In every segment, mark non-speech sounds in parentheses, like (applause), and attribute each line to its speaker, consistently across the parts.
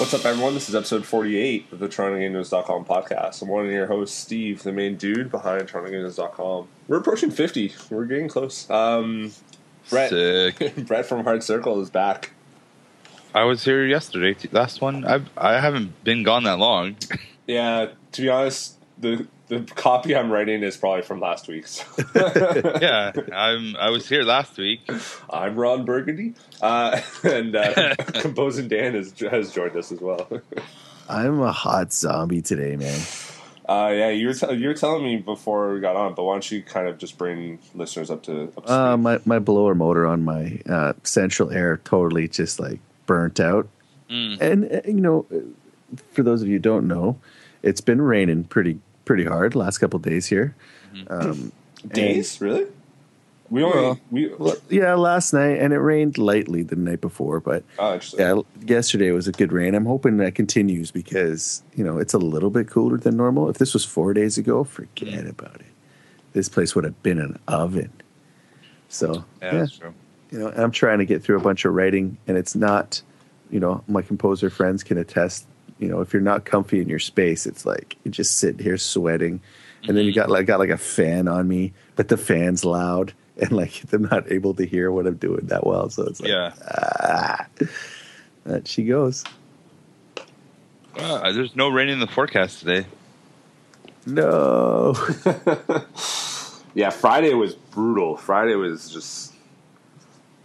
Speaker 1: What's up, everyone? This is episode 48 of the TorontoGamers.com podcast. I'm one of your hosts, Steve, the main dude behind TorontoGamers.com. We're approaching 50. We're getting close. Um, (laughs) Brett,
Speaker 2: Sick.
Speaker 1: Brett from Hard Circle is back.
Speaker 2: I was here yesterday. t- Last one. I I haven't been gone that
Speaker 3: (laughs)
Speaker 2: long.
Speaker 1: Yeah, to be honest, the the copy I'm writing is probably from last week's.
Speaker 2: yeah, I'm. I was here last week.
Speaker 1: I'm Ron Burgundy, uh, (laughs) and uh, composing Dan has has joined us as well. (laughs)
Speaker 3: I'm a hot zombie today, man.
Speaker 1: Uh, yeah, you were tell you were telling me before we got on, but why don't you kind of just bring listeners up to up to
Speaker 3: Uh,
Speaker 1: speed?
Speaker 3: my my blower motor on my uh, central air totally just like burnt out.
Speaker 2: Mm.
Speaker 3: And uh, you know, for those of you who don't know, it's been raining pretty pretty hard last couple days here. Um,
Speaker 1: days? Really? We only
Speaker 3: Well-
Speaker 1: we
Speaker 3: well, yeah, last night, and it rained lightly the night before, but
Speaker 1: oh, interesting.
Speaker 3: yeah, yesterday was a good rain. I'm hoping that continues because you know it's a little bit cooler than normal. If this was four days ago, forget about it. This place would have been an oven. So
Speaker 2: Yeah,
Speaker 3: yeah,
Speaker 2: that's true.
Speaker 3: you know, I'm trying to get through a bunch of writing, and it's not. You know, my composer friends can attest. You know, if you're not comfy in your space, it's like you just sit here sweating, and
Speaker 2: Mm-hmm.
Speaker 3: then you got like got like a fan on me, but the fan's loud, and like (laughs) they're not able to hear what I'm doing that well. So it's like,
Speaker 2: Yeah.
Speaker 3: ah, that she goes.
Speaker 2: Uh, there's no rain in the forecast today.
Speaker 3: No,
Speaker 1: (laughs) yeah, Friday was brutal. Friday was just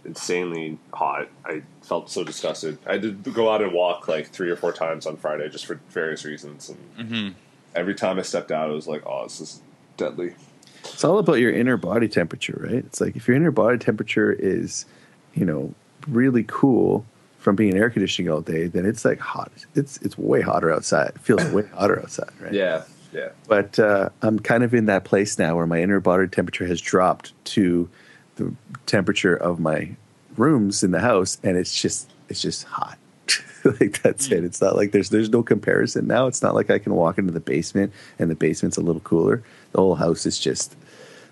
Speaker 1: insanely hot. I felt so disgusted. I did go out and walk like three or four times on Friday just for various reasons, and
Speaker 2: Mm-hmm.
Speaker 1: every time I stepped out, I was like, "Oh, this is deadly."
Speaker 3: it's all about your inner body temperature, right? It's like if your inner body temperature is, you know, really cool from being in air conditioning all day, then it's like hot. It's it's way hotter outside. It feels way hotter outside, right?
Speaker 1: Yeah, yeah.
Speaker 3: But uh, I'm kind of in that place now where my inner body temperature has dropped to the temperature of my rooms in the house, and it's just it's just hot. (laughs) like that's
Speaker 2: Hmm.
Speaker 3: it. It's not like there's there's no comparison now. It's not like I can walk into the basement and the basement's a little cooler. The whole house is just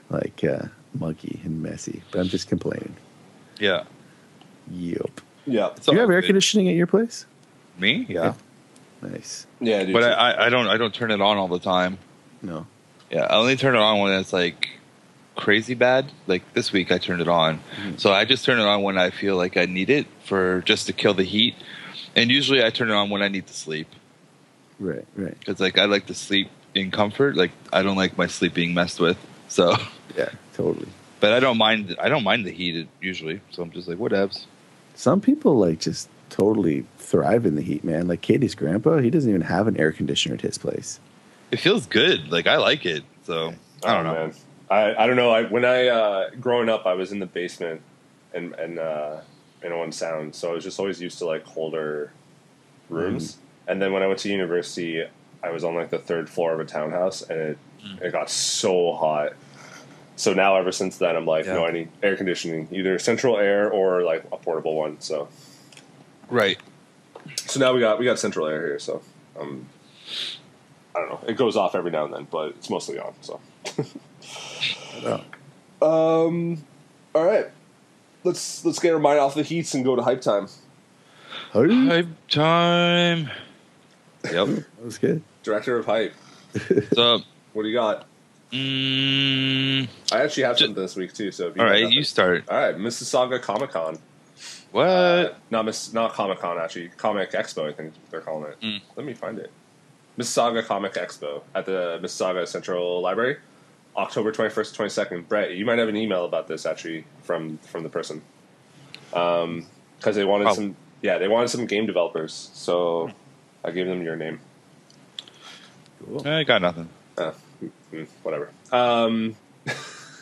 Speaker 3: like uh, muggy and messy. But I'm just complaining.
Speaker 2: Yeah.
Speaker 3: Yep.
Speaker 1: Yeah,
Speaker 2: It's
Speaker 3: Do you
Speaker 2: all
Speaker 3: have air
Speaker 2: good.
Speaker 3: conditioning at your place?
Speaker 2: Me? Yeah.
Speaker 3: Nice.
Speaker 1: yeah. I do
Speaker 2: But
Speaker 1: too.
Speaker 2: I, I, I don't. I don't turn it on all the time.
Speaker 3: No.
Speaker 2: Yeah, I only turn it on when it's like crazy bad. Like this week, I turned it on.
Speaker 3: Mm-hmm.
Speaker 2: So I just turn it on when I feel like I need it for just to kill the heat. And usually, I turn it on when I need to sleep
Speaker 3: Right. Right.
Speaker 2: because, like, I like to sleep in comfort. Like, I don't like my sleep being messed with. So, (laughs)
Speaker 3: Yeah. Totally.
Speaker 2: but I don't mind. I don't mind the heat usually. So I'm just like, whatevs.
Speaker 3: some people like just totally thrive in the heat, man. Like Katie's grandpa, he doesn't even have an air conditioner at his place.
Speaker 2: It feels good. Like I like it. So I don't
Speaker 1: Oh,
Speaker 2: know.
Speaker 1: Man. I, I don't know. I, when I uh, growing up, I was in the basement and and uh, in on sound, so I was just always used to like colder rooms.
Speaker 2: Mm-hmm.
Speaker 1: And then when I went to university, I was on like the third floor of a townhouse, and it
Speaker 2: Mm.
Speaker 1: it got so hot. So now, ever since then, I'm like,
Speaker 2: Yeah.
Speaker 1: no, I need air conditioning, either central air or like a portable one. So
Speaker 2: Right.
Speaker 1: so now we got we got central air here. So um, I don't know. It goes off every now and then, but it's mostly on. So. Um. All right. Let's let's get our mind off the heats and go to hype time.
Speaker 3: That
Speaker 2: Hype time.
Speaker 1: (laughs)
Speaker 2: Yep.
Speaker 3: was good.
Speaker 1: Director of hype.
Speaker 2: so.
Speaker 1: What do you got?
Speaker 2: Mm,
Speaker 1: I actually have
Speaker 2: Ju-
Speaker 1: something this week too. So if you
Speaker 2: all
Speaker 1: got
Speaker 2: right,
Speaker 1: nothing-
Speaker 2: you start.
Speaker 1: all right, Mississauga Comic Con.
Speaker 2: What?
Speaker 1: Uh, not Miss, not Comic Con actually, Comic Expo. I think they're calling it.
Speaker 2: Mm.
Speaker 1: Let me find it. Mississauga Comic Expo at the Mississauga Central Library, October twenty first, twenty second. Brett, you might have an email about this actually from from the person, because they wanted
Speaker 2: Oh.
Speaker 1: some. Yeah, they wanted some game developers, so
Speaker 2: Hmm.
Speaker 1: I gave them your name.
Speaker 3: Cool.
Speaker 2: I got nothing.
Speaker 1: Uh, mm, whatever. Um,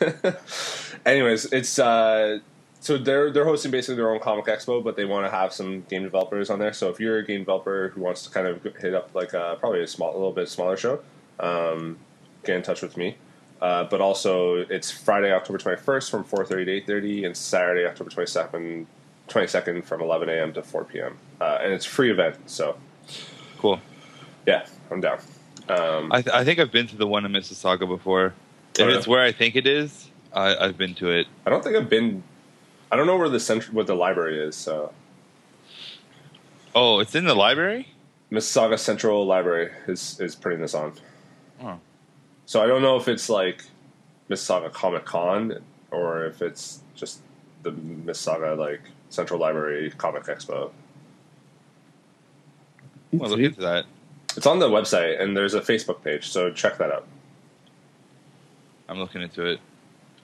Speaker 1: (laughs) anyways, it's uh, so they're they're hosting basically their own comic expo, but they want to have some game developers on there. So if you're a game developer who wants to kind of hit up like uh, probably a small, a little bit smaller show, um, get in touch with me. Uh, but also, it's Friday, October 21st from 4.30 to 8.30, and Saturday, October 22nd, 22nd from 11 a.m. to 4 p.m. Uh, and it's a free event, so
Speaker 2: Cool.
Speaker 1: yeah, I'm down. Um,
Speaker 2: I, th- I think I've been to the one in Mississauga before. If
Speaker 1: Oh, yeah.
Speaker 2: it's where I think it is, I, I've been to it.
Speaker 1: I don't think I've been. I don't know where the central, what the library is. So
Speaker 2: Oh, it's in the library.
Speaker 1: Mississauga Central Library is is putting this on.
Speaker 2: Oh.
Speaker 1: So I don't know if it's like Mississauga Comic Con or if it's just the Mississauga like Central Library Comic Expo.
Speaker 2: Well, look into that.
Speaker 1: It's on the website and there's a Facebook page, so check that out.
Speaker 2: I'm looking into it.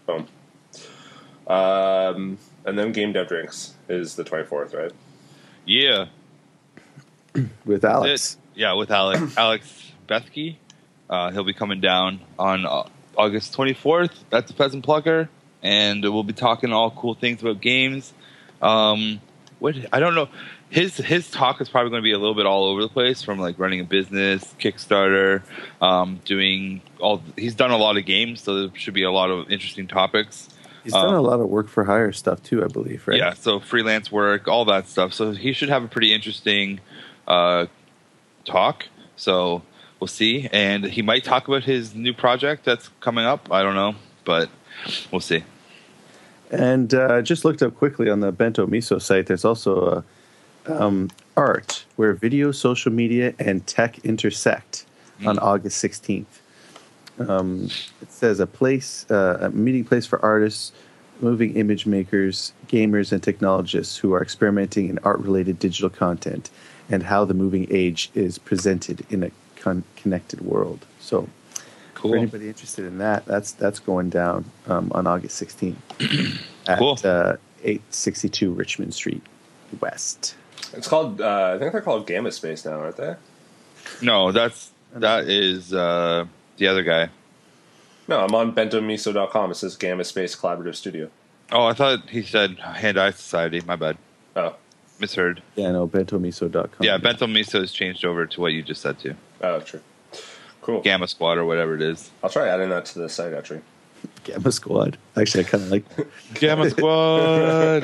Speaker 1: Boom. Um, and then Game Dev Drinks is the 24th, right?
Speaker 2: Yeah,
Speaker 3: with Alex.
Speaker 2: yeah, with Alex (coughs) Alex Bethke. Uh, he'll be coming down on uh, August 24th. That's the Pheasant Plucker, and we'll be talking all cool things about games. Um, what I don't know, his his talk is probably going to be a little bit all over the place, from like running a business, Kickstarter, um, doing all. He's done a lot of games, so there should be a lot of interesting topics.
Speaker 3: He's done
Speaker 2: Uh,
Speaker 3: a lot of work for hire stuff too, I believe. Right?
Speaker 2: Yeah, so freelance work, all that stuff. So he should have a pretty interesting uh, talk. So we'll see. And he might talk about his new project that's coming up. I don't know, but we'll see.
Speaker 3: And uh, just looked up quickly on the Bento Miso site. There's also a, um, art where video, social media, and tech intersect on August 16th. Um, it says a place, uh, a meeting place for artists, moving image makers, gamers, and technologists who are experimenting in art-related digital content and how the moving age is presented in a con- connected world. So, for
Speaker 2: Cool.
Speaker 3: anybody interested in that, that's that's going down um, on August (clears throat) 16th at
Speaker 2: Cool.
Speaker 3: uh, 862 Richmond Street West.
Speaker 1: It's called. Uh, I think they're called Gamma Space now, aren't they?
Speaker 2: No, that's that is uh, the other guy.
Speaker 1: No, I'm on bentomiso.com. It says Gamma Space Collaborative Studio.
Speaker 2: Oh, I thought he said Hand Eye Society. My bad,
Speaker 1: Oh,
Speaker 2: misheard.
Speaker 3: Yeah, no, bentomiso.com.
Speaker 2: Yeah, Bento Miso has changed over to what you just said to
Speaker 1: oh, true. Cool.
Speaker 2: Gamma Squad or whatever it is.
Speaker 1: I'll try adding that to the site actually.
Speaker 3: Gamma Squad. Actually, I kind of like (laughs)
Speaker 2: Gamma Squad.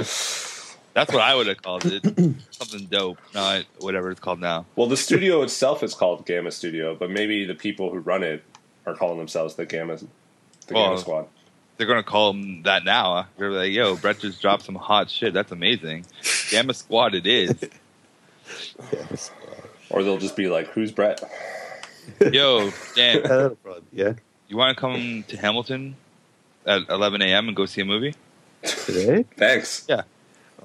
Speaker 2: That's what I would have called it. (clears throat) Something dope. Not whatever it's called now.
Speaker 1: Well, the studio itself is called Gamma Studio, but maybe the people who run it are calling themselves the Gamma, the
Speaker 2: Oh.
Speaker 1: Gamma Squad.
Speaker 2: They're gonna call them that now. They're like, "Yo, Brett just dropped some hot shit. That's amazing." Gamma Squad, it is.
Speaker 3: Gamma Squad.
Speaker 1: Or they'll just be like, "Who's Brett?"
Speaker 2: Yo, Dan,
Speaker 3: (laughs) That'll probably- yeah,
Speaker 2: you want to come to Hamilton at 11 a.m. and go see a movie?
Speaker 3: today?
Speaker 1: Thanks.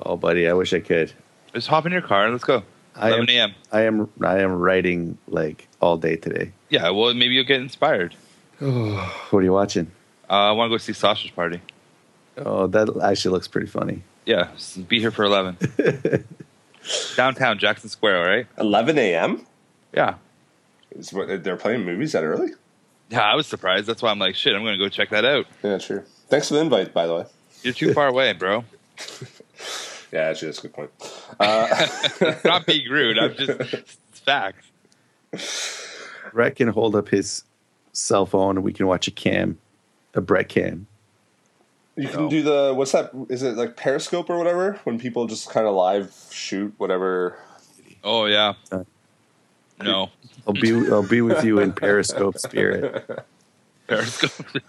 Speaker 3: Oh, buddy, I wish I could.
Speaker 2: Just hop in your car and let's go.
Speaker 3: I
Speaker 2: 11
Speaker 3: am,
Speaker 2: a.m.
Speaker 3: I am, I am writing like all day (sighs) today.
Speaker 2: Yeah, well, maybe you'll get inspired.
Speaker 3: What are you watching?
Speaker 2: Uh, I want to go see Sausage Party.
Speaker 3: Oh, that actually looks pretty funny.
Speaker 2: Yeah, s- be here for
Speaker 3: (laughs)
Speaker 2: 11. Downtown Jackson Square, all right?
Speaker 1: 11 a.m.
Speaker 2: Yeah.
Speaker 1: Is what they're playing movies that early?
Speaker 2: Yeah, I was surprised. That's why I'm like, shit, I'm gonna go check that out.
Speaker 1: Yeah, sure. Thanks for the invite, by the way.
Speaker 2: You're too far away, bro.
Speaker 1: Yeah, actually, that's a good (laughs) point. Uh,
Speaker 2: Not being rude. I'm just it's facts.
Speaker 3: Brett can hold up his cell phone and we can watch a cam, a Brett cam.
Speaker 1: you can
Speaker 2: No.
Speaker 1: do the what's that? Is it like Periscope or whatever? When people just kind of live shoot whatever.
Speaker 2: Oh yeah. No.
Speaker 3: I'll be I'll be with you in Periscope spirit.
Speaker 2: Periscope.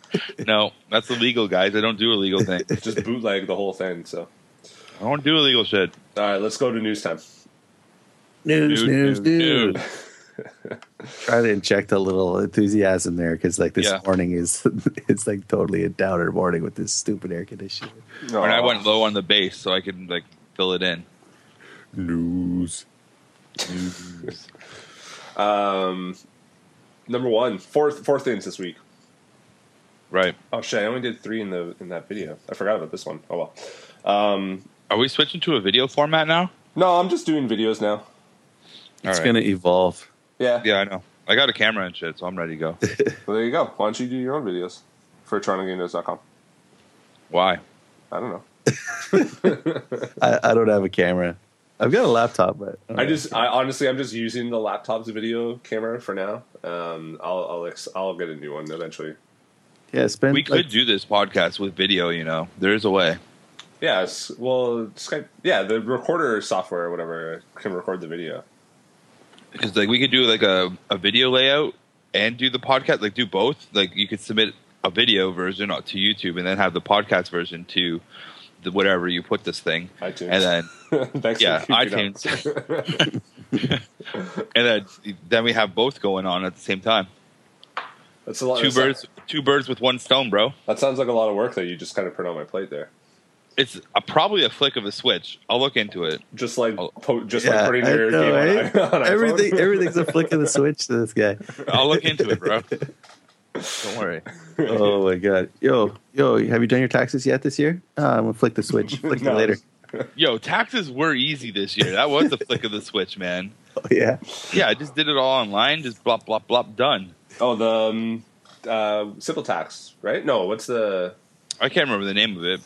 Speaker 2: no, that's illegal, guys. I don't do illegal things.
Speaker 1: (laughs) Just bootleg the whole thing. So,
Speaker 2: I don't do illegal shit.
Speaker 1: all right, let's go to news time.
Speaker 3: (laughs) News,
Speaker 2: Dude,
Speaker 3: news,
Speaker 2: dude,
Speaker 3: news.
Speaker 2: dude.
Speaker 3: (laughs) Try to inject a little enthusiasm there because like this
Speaker 2: Yeah.
Speaker 3: morning is (laughs) it's like totally a downer morning with this stupid air conditioner.
Speaker 2: And I went low on the bass so I could like fill it in.
Speaker 3: News.
Speaker 1: Um, number one, four four things this week.
Speaker 2: Right.
Speaker 1: Oh shit! I only did three in the in that video. I forgot about this one. Oh well. Um,
Speaker 2: Are we switching to a video format now?
Speaker 1: no, I'm just doing videos now.
Speaker 2: All
Speaker 3: It's
Speaker 2: right.
Speaker 3: gonna evolve.
Speaker 1: Yeah.
Speaker 2: Yeah, I know. I got a camera and shit, so I'm ready to go.
Speaker 1: Well, there you go. Why don't you do your own videos for TorontoGameDev.com?
Speaker 2: Why?
Speaker 1: I don't know.
Speaker 2: (laughs)
Speaker 3: I, I don't have a camera. I've got a laptop, but
Speaker 1: I just, I honestly, I'm just using the laptop's video camera for now. Um, I'll, I'll, ex- I'll get a new one eventually.
Speaker 3: yeah. Spend
Speaker 2: We
Speaker 3: like,
Speaker 2: could do this podcast with video, you know. There is a way.
Speaker 1: Yeah. It's, well, Skype. Yeah, the recorder software or whatever can record the video.
Speaker 2: because like we could do like a, a video layout and do the podcast, like do both. Like you could submit a video version to YouTube and then have the podcast version to the, whatever you put this thing,
Speaker 1: iTunes.
Speaker 2: and then
Speaker 1: (laughs) Thanks
Speaker 2: yeah,
Speaker 1: for keeping up.
Speaker 2: and then then we have both going on at the same time.
Speaker 1: (laughs) That's a lot.
Speaker 2: Two
Speaker 1: that sounds-
Speaker 2: birds, two birds with one stone, bro.
Speaker 1: That sounds like a lot of work that you just kind of put on my plate there.
Speaker 2: It's a, probably a flick of a switch. I'll look into it.
Speaker 1: Just like
Speaker 2: Oh.
Speaker 1: po- just
Speaker 3: Yeah,
Speaker 1: like putting
Speaker 3: I
Speaker 1: your
Speaker 3: know,
Speaker 1: game (laughs)
Speaker 3: right?
Speaker 1: on, on iPhone.
Speaker 3: Everything,
Speaker 1: (laughs)
Speaker 3: everything's a flick of the switch to this guy.
Speaker 2: I'll look into it, bro. Don't worry.
Speaker 3: (laughs) Oh my god, yo, yo, have you done your taxes yet this year? Uh, I'm gonna flick the switch.
Speaker 1: (laughs)
Speaker 3: Flick
Speaker 1: No.
Speaker 3: it later.
Speaker 2: Yo, taxes were easy this year. That was the flick of the switch, man.
Speaker 3: Oh, yeah.
Speaker 2: Yeah, I just did it all online. Just blop, blop, blop, done.
Speaker 1: Oh, the um, uh, simple tax, right? No, what's the
Speaker 2: I can't remember the name of it.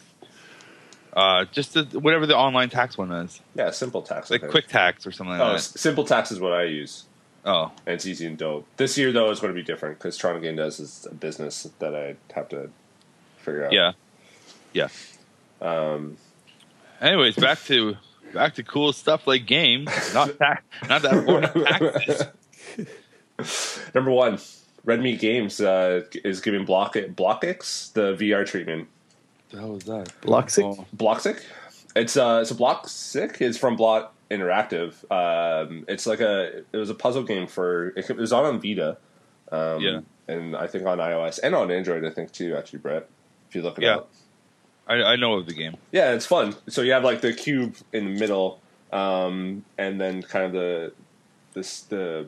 Speaker 2: Uh, just the, whatever the online tax one is,
Speaker 1: yeah simple tax? I
Speaker 2: like
Speaker 1: think.
Speaker 2: Quick Tax or something like
Speaker 1: Oh,
Speaker 2: that.
Speaker 1: S- simple tax is what I use,
Speaker 2: Oh,
Speaker 1: and it's easy and dope. This year though is going to be different because Toronto Game Does is a business that I have to figure out. (laughs)
Speaker 2: yeah, yeah.
Speaker 1: Um,
Speaker 2: Anyways, back to back to cool stuff like games, (laughs) not tax, not that (laughs) form of taxes.
Speaker 1: number one, Red Meat Games uh, is giving Block Blockix the VR treatment.
Speaker 2: The hell was that?
Speaker 3: Bloxic?
Speaker 2: Oh,
Speaker 1: Bloxic. It's uh, it's a Bloxic. It's from Blot Interactive. Um, it's like a it was a puzzle game for it was on on Vita. Um,
Speaker 2: Yeah.
Speaker 1: and I think on iOS and on Android, I think too. Actually, Brett, if you look it
Speaker 2: Yeah.
Speaker 1: up,
Speaker 2: I, I know of the game.
Speaker 1: yeah, it's fun. So you have like the cube in the middle, um, and then kind of the this the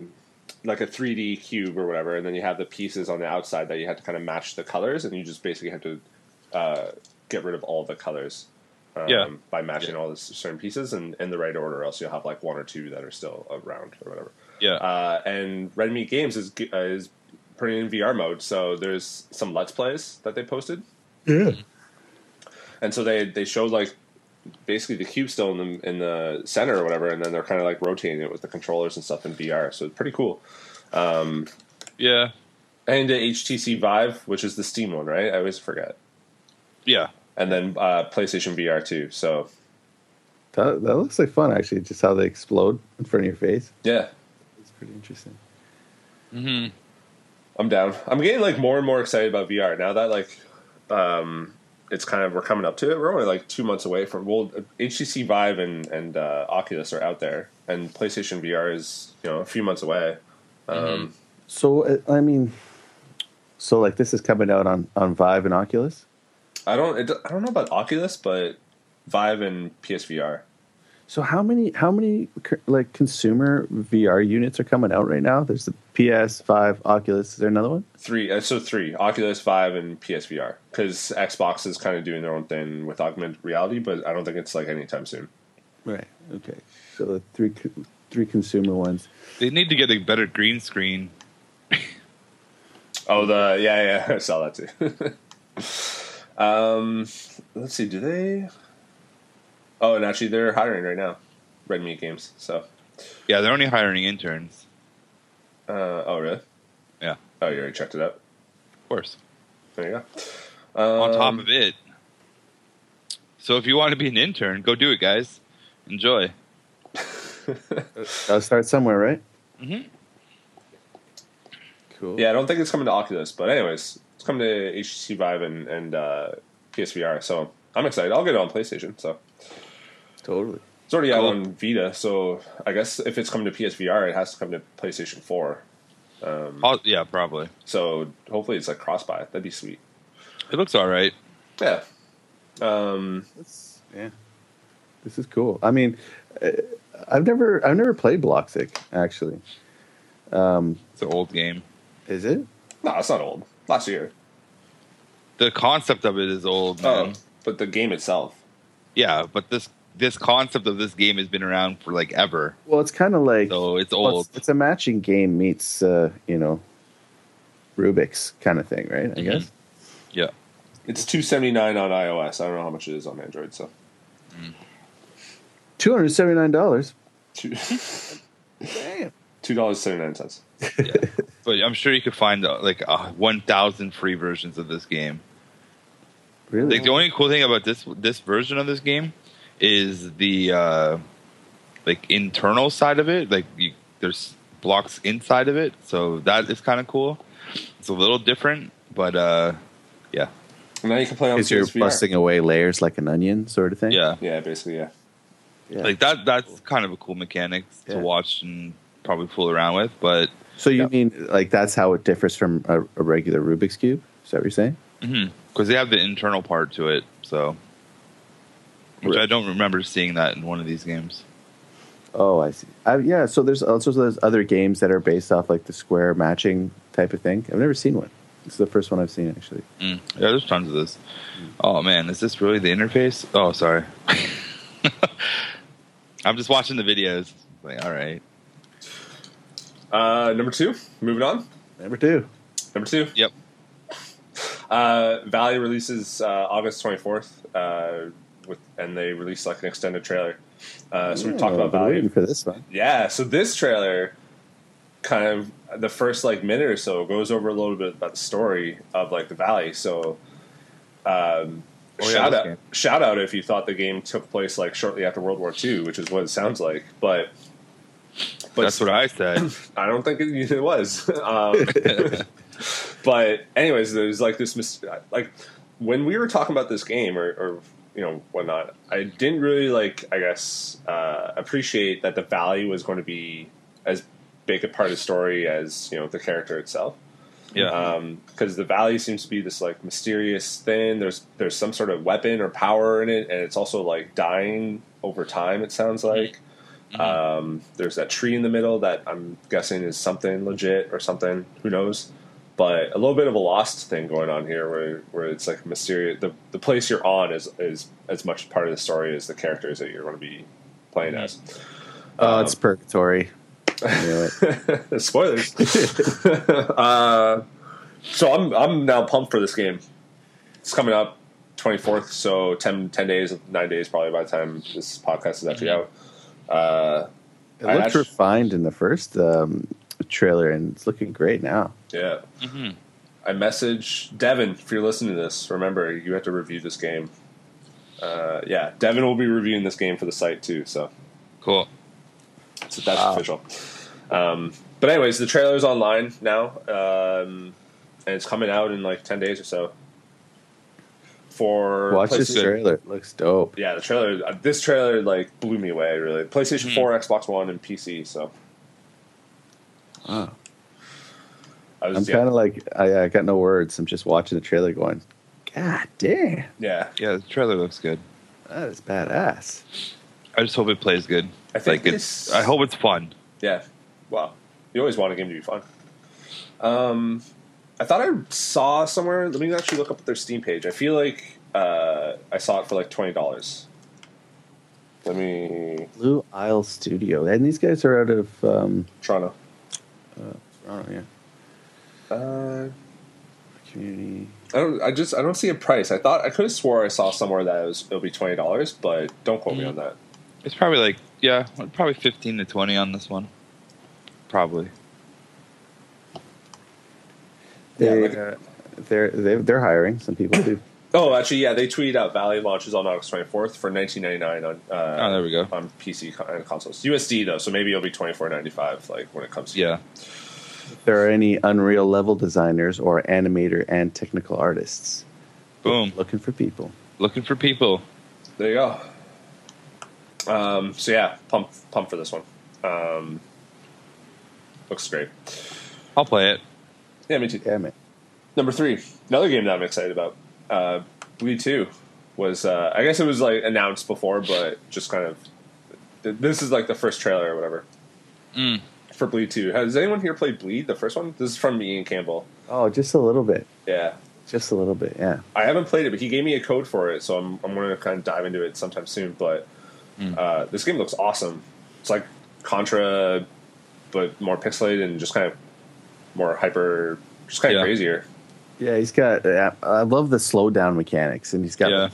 Speaker 1: like a 3D cube or whatever, and then you have the pieces on the outside that you have to kind of match the colors, and you just basically have to uh, get rid of all the colors. Um,
Speaker 2: Yeah.
Speaker 1: by matching all the s- certain pieces and in the right order, or else you'll have like one or two that are still around or whatever
Speaker 2: Yeah,
Speaker 1: uh, and Red Meat Games is uh, is putting it in VR mode. So there's some let's plays that they posted.
Speaker 3: Yeah.
Speaker 1: And so they they showed like basically the cube still in the in the center or whatever, and then they're kind of like rotating it with the controllers and stuff in VR. So it's pretty cool. Um,
Speaker 2: yeah,
Speaker 1: and the HTC Vive, which is the Steam one, right? I always forget.
Speaker 2: yeah.
Speaker 1: And then uh, PlayStation VR too. So
Speaker 3: That, that looks like fun, actually. Just how they explode in front of your face.
Speaker 1: yeah,
Speaker 3: It's pretty interesting.
Speaker 2: hmm
Speaker 1: I'm down. I'm getting like more and more excited about VR now that like um it's kind of we're coming up to it. We're only like two months away from well, HTC Vive and and uh, Oculus are out there, and PlayStation VR is you know a few months away. Um,
Speaker 3: So, uh, I mean, so like this is coming out on, on Vive and Oculus?
Speaker 1: I don't it, I don't know about Oculus, but Vive and PSVR.
Speaker 3: So how many how many c- like consumer VR units are coming out right now? There's the PS5, Oculus. Is there another one?
Speaker 1: Three, uh, so three: Oculus, Vive, and PSVR. Because Xbox is kind of doing their own thing with augmented reality, but I don't think it's like anytime soon.
Speaker 3: Right. Okay. So the three co- three consumer ones.
Speaker 2: They need to get a better green screen.
Speaker 1: Oh, the yeah, yeah, (laughs) I saw that too. (laughs) um, let's see, do they? Oh, and actually, they're hiring right now, Red Meat Games. So,
Speaker 2: Yeah, they're only hiring interns,
Speaker 1: uh, oh really?
Speaker 2: Yeah.
Speaker 1: Oh, you already checked it out.
Speaker 2: of course.
Speaker 1: There you go.
Speaker 2: on top
Speaker 1: Um,
Speaker 2: of it. So if you want to be an intern, go do it, guys. Enjoy.
Speaker 3: Gotta start somewhere, right?
Speaker 2: Mhm.
Speaker 3: Cool.
Speaker 1: yeah, I don't think it's coming to Oculus, but anyways, it's coming to HTC Vive and and uh, PSVR. So I'm excited. I'll get it on PlayStation. So
Speaker 3: Totally.
Speaker 1: it's already
Speaker 2: Cool.
Speaker 1: out on Vita. So I guess if it's coming to PSVR, it has to come to PlayStation Four. Um,
Speaker 2: Oh, yeah, probably.
Speaker 1: so hopefully it's like cross buy. That'd be sweet.
Speaker 2: It looks all right.
Speaker 1: Yeah. Um,
Speaker 3: That's, yeah. This is cool. I mean, uh, I've never I've never played Bloxic actually. Um,
Speaker 2: It's an old game.
Speaker 3: is it?
Speaker 1: no, it's not old. Last year.
Speaker 2: The concept of it is old.
Speaker 1: Oh,
Speaker 2: Man.
Speaker 1: but the game itself.
Speaker 2: Yeah, but this this concept of this game has been around for like ever.
Speaker 3: Well, it's kind of like
Speaker 2: So it's
Speaker 3: well,
Speaker 2: old.
Speaker 3: it's, it's a matching game meets uh, you know Rubik's kind of thing, right? I
Speaker 2: Mhm.
Speaker 3: guess.
Speaker 2: Yeah.
Speaker 1: It's two seventy nine on iOS. I don't know how much it is on Android. So,
Speaker 3: Two hundred seventy nine dollars.
Speaker 1: two (laughs)
Speaker 3: Damn.
Speaker 1: two dollars seventy nine cents.
Speaker 2: yeah. But I'm sure you could find uh, like uh, 1,000 free versions of this game.
Speaker 3: Really?
Speaker 2: Like the only cool thing about this this version of this game is the uh, like internal side of it. Like you, there's blocks inside of it, so that is kind of cool. It's a little different, but uh, yeah,
Speaker 1: And now you can play on
Speaker 3: Because you're
Speaker 1: PSVR.
Speaker 3: busting away layers like an onion, sort of thing.
Speaker 2: yeah,
Speaker 1: Yeah, basically, yeah.
Speaker 3: Yeah.
Speaker 2: like that. That's kind of a cool mechanic
Speaker 3: Yeah.
Speaker 2: to watch and probably fool around with. But
Speaker 3: so you
Speaker 2: yeah.
Speaker 3: mean like that's how it differs from a, a regular Rubik's cube? Is that what you're saying?
Speaker 2: because hmm, they have the internal part to it, so which I don't remember seeing that in one of these games.
Speaker 3: Oh, I see. Uh, yeah. So there's also those other games that are based off like the square matching type of thing. I've never seen one. It's the first one I've seen actually.
Speaker 2: Mm. Yeah, there's tons of this. Oh man, is this really the interface? Oh, sorry. (laughs) I'm just watching the videos. Like, all right.
Speaker 1: Uh, number two, moving on.
Speaker 3: Number two.
Speaker 1: Number two.
Speaker 2: Yep.
Speaker 1: Uh, Valley releases uh, August 24th, uh, with, and they release like an extended trailer. Uh, so we talked about
Speaker 3: been
Speaker 1: Valley.
Speaker 3: waiting for this one.
Speaker 1: Yeah, so this trailer kind of the first like minute or so goes over a little bit about the story of like the valley. So um
Speaker 2: Oh, yeah,
Speaker 1: shout
Speaker 2: this
Speaker 1: out
Speaker 2: game.
Speaker 1: shout out if you thought the game took place like shortly after World War II, which is what it sounds like, but but
Speaker 2: That's what I said.
Speaker 1: I don't think it, it was. (laughs) um, but anyways, there's like this mis- like when we were talking about this game or, or you know whatnot, I didn't really like I guess uh, appreciate that the valley was going to be as big a part of the story as you know the character itself
Speaker 2: yeah. (clears throat)
Speaker 1: because Um, the valley seems to be this like mysterious thing. There's there's some sort of weapon or power in it, and it's also like dying over time. It sounds like um, there's that tree in the middle that I'm guessing is something legit or something. Who knows? But a little bit of a lost thing going on here, where where it's like mysterious. The the place you're on is is as much part of the story as the characters that you're going to be playing as. Uh,
Speaker 3: Oh, it's purgatory.
Speaker 1: (laughs)
Speaker 3: You know it.
Speaker 1: Spoilers. (laughs) uh, so I'm I'm now pumped for this game. It's coming up 24th, so 10, 10 days, nine days probably by the time this podcast is actually out. Uh,
Speaker 3: It
Speaker 1: I
Speaker 3: looked
Speaker 1: actu-
Speaker 3: refined in the first um, trailer, and it's looking great now.
Speaker 1: yeah.
Speaker 2: Mhm.
Speaker 1: I message Devin if you're listening to this. Remember, you have to review this game. Uh, yeah, Devin will be reviewing this game for the site too. So
Speaker 2: Cool.
Speaker 1: So that's
Speaker 3: Wow.
Speaker 1: official. Um, but anyways, the trailer's online now, um, and it's coming out in like ten days or so. For
Speaker 3: Watch
Speaker 1: PlayStation-
Speaker 3: this trailer; it looks dope.
Speaker 1: yeah, the trailer. Uh, this trailer like blew me away. Really, PlayStation
Speaker 2: Hmm.
Speaker 1: Four, Xbox One, and PC. So
Speaker 3: Wow.
Speaker 1: I
Speaker 3: I'm
Speaker 1: was yeah,
Speaker 3: kind of like I, I got no words. I'm just watching the trailer, going, "God damn,
Speaker 1: yeah.
Speaker 2: Yeah, the trailer looks good.
Speaker 3: that is badass."
Speaker 2: I just hope it plays good.
Speaker 1: I think
Speaker 2: like
Speaker 1: this-
Speaker 2: it's. I hope it's fun.
Speaker 1: Yeah. Wow. You always want a game to be fun. Um, I thought I saw somewhere. Let me actually look up their Steam page. I feel like uh, I saw it for like twenty dollars. Let me
Speaker 3: Blue Isle Studio, and these guys are out of um,
Speaker 1: Toronto.
Speaker 3: oh yeah,
Speaker 1: Uh,
Speaker 3: community.
Speaker 1: I don't. I just. I don't see a price. I thought I could have swore I saw somewhere that it was. It'll be twenty dollars, but don't quote me
Speaker 2: Mm-hmm.
Speaker 1: on that.
Speaker 2: It's probably like yeah, probably fifteen to twenty on this one. Probably.
Speaker 1: Yeah,
Speaker 3: They
Speaker 1: like-
Speaker 3: uh, they're, they're they're hiring some people too.
Speaker 1: Oh, actually, yeah. They tweeted out Valley launches on August twenty fourth for nineteen ninety nine on. Uh,
Speaker 2: Oh, there we go.
Speaker 1: On PC co- and consoles, USD though, so maybe it'll be twenty four ninety five. Like when it comes. to
Speaker 2: Yeah.
Speaker 3: if there are any Unreal level designers or animator and technical artists
Speaker 2: Boom.
Speaker 3: looking for people.
Speaker 2: Looking for people.
Speaker 1: There you go. Um, so yeah, pump pump for this one. Um, looks great.
Speaker 2: I'll play it.
Speaker 1: Yeah, me too.
Speaker 3: Damn it.
Speaker 1: Number three, another game that I'm excited about. Uh, Bleed Two was, uh, I guess it was like announced before, but just kind of th- this is like the first trailer or whatever
Speaker 2: Mm.
Speaker 1: for Bleed Two. Has anyone here played Bleed? The first one. This is from Ian Campbell.
Speaker 3: Oh, just a little bit.
Speaker 1: Yeah,
Speaker 3: Just a little bit, yeah.
Speaker 1: I haven't played it, but he gave me a code for it, so I'm I'm going to kind of dive into it sometime soon. But uh, this game looks awesome. It's like Contra, but more pixelated and just kind of more hyper, just kind of
Speaker 2: Yeah.
Speaker 1: crazier.
Speaker 3: Yeah, he's got. Uh, I love the slowdown mechanics, and he's got.
Speaker 2: Yeah.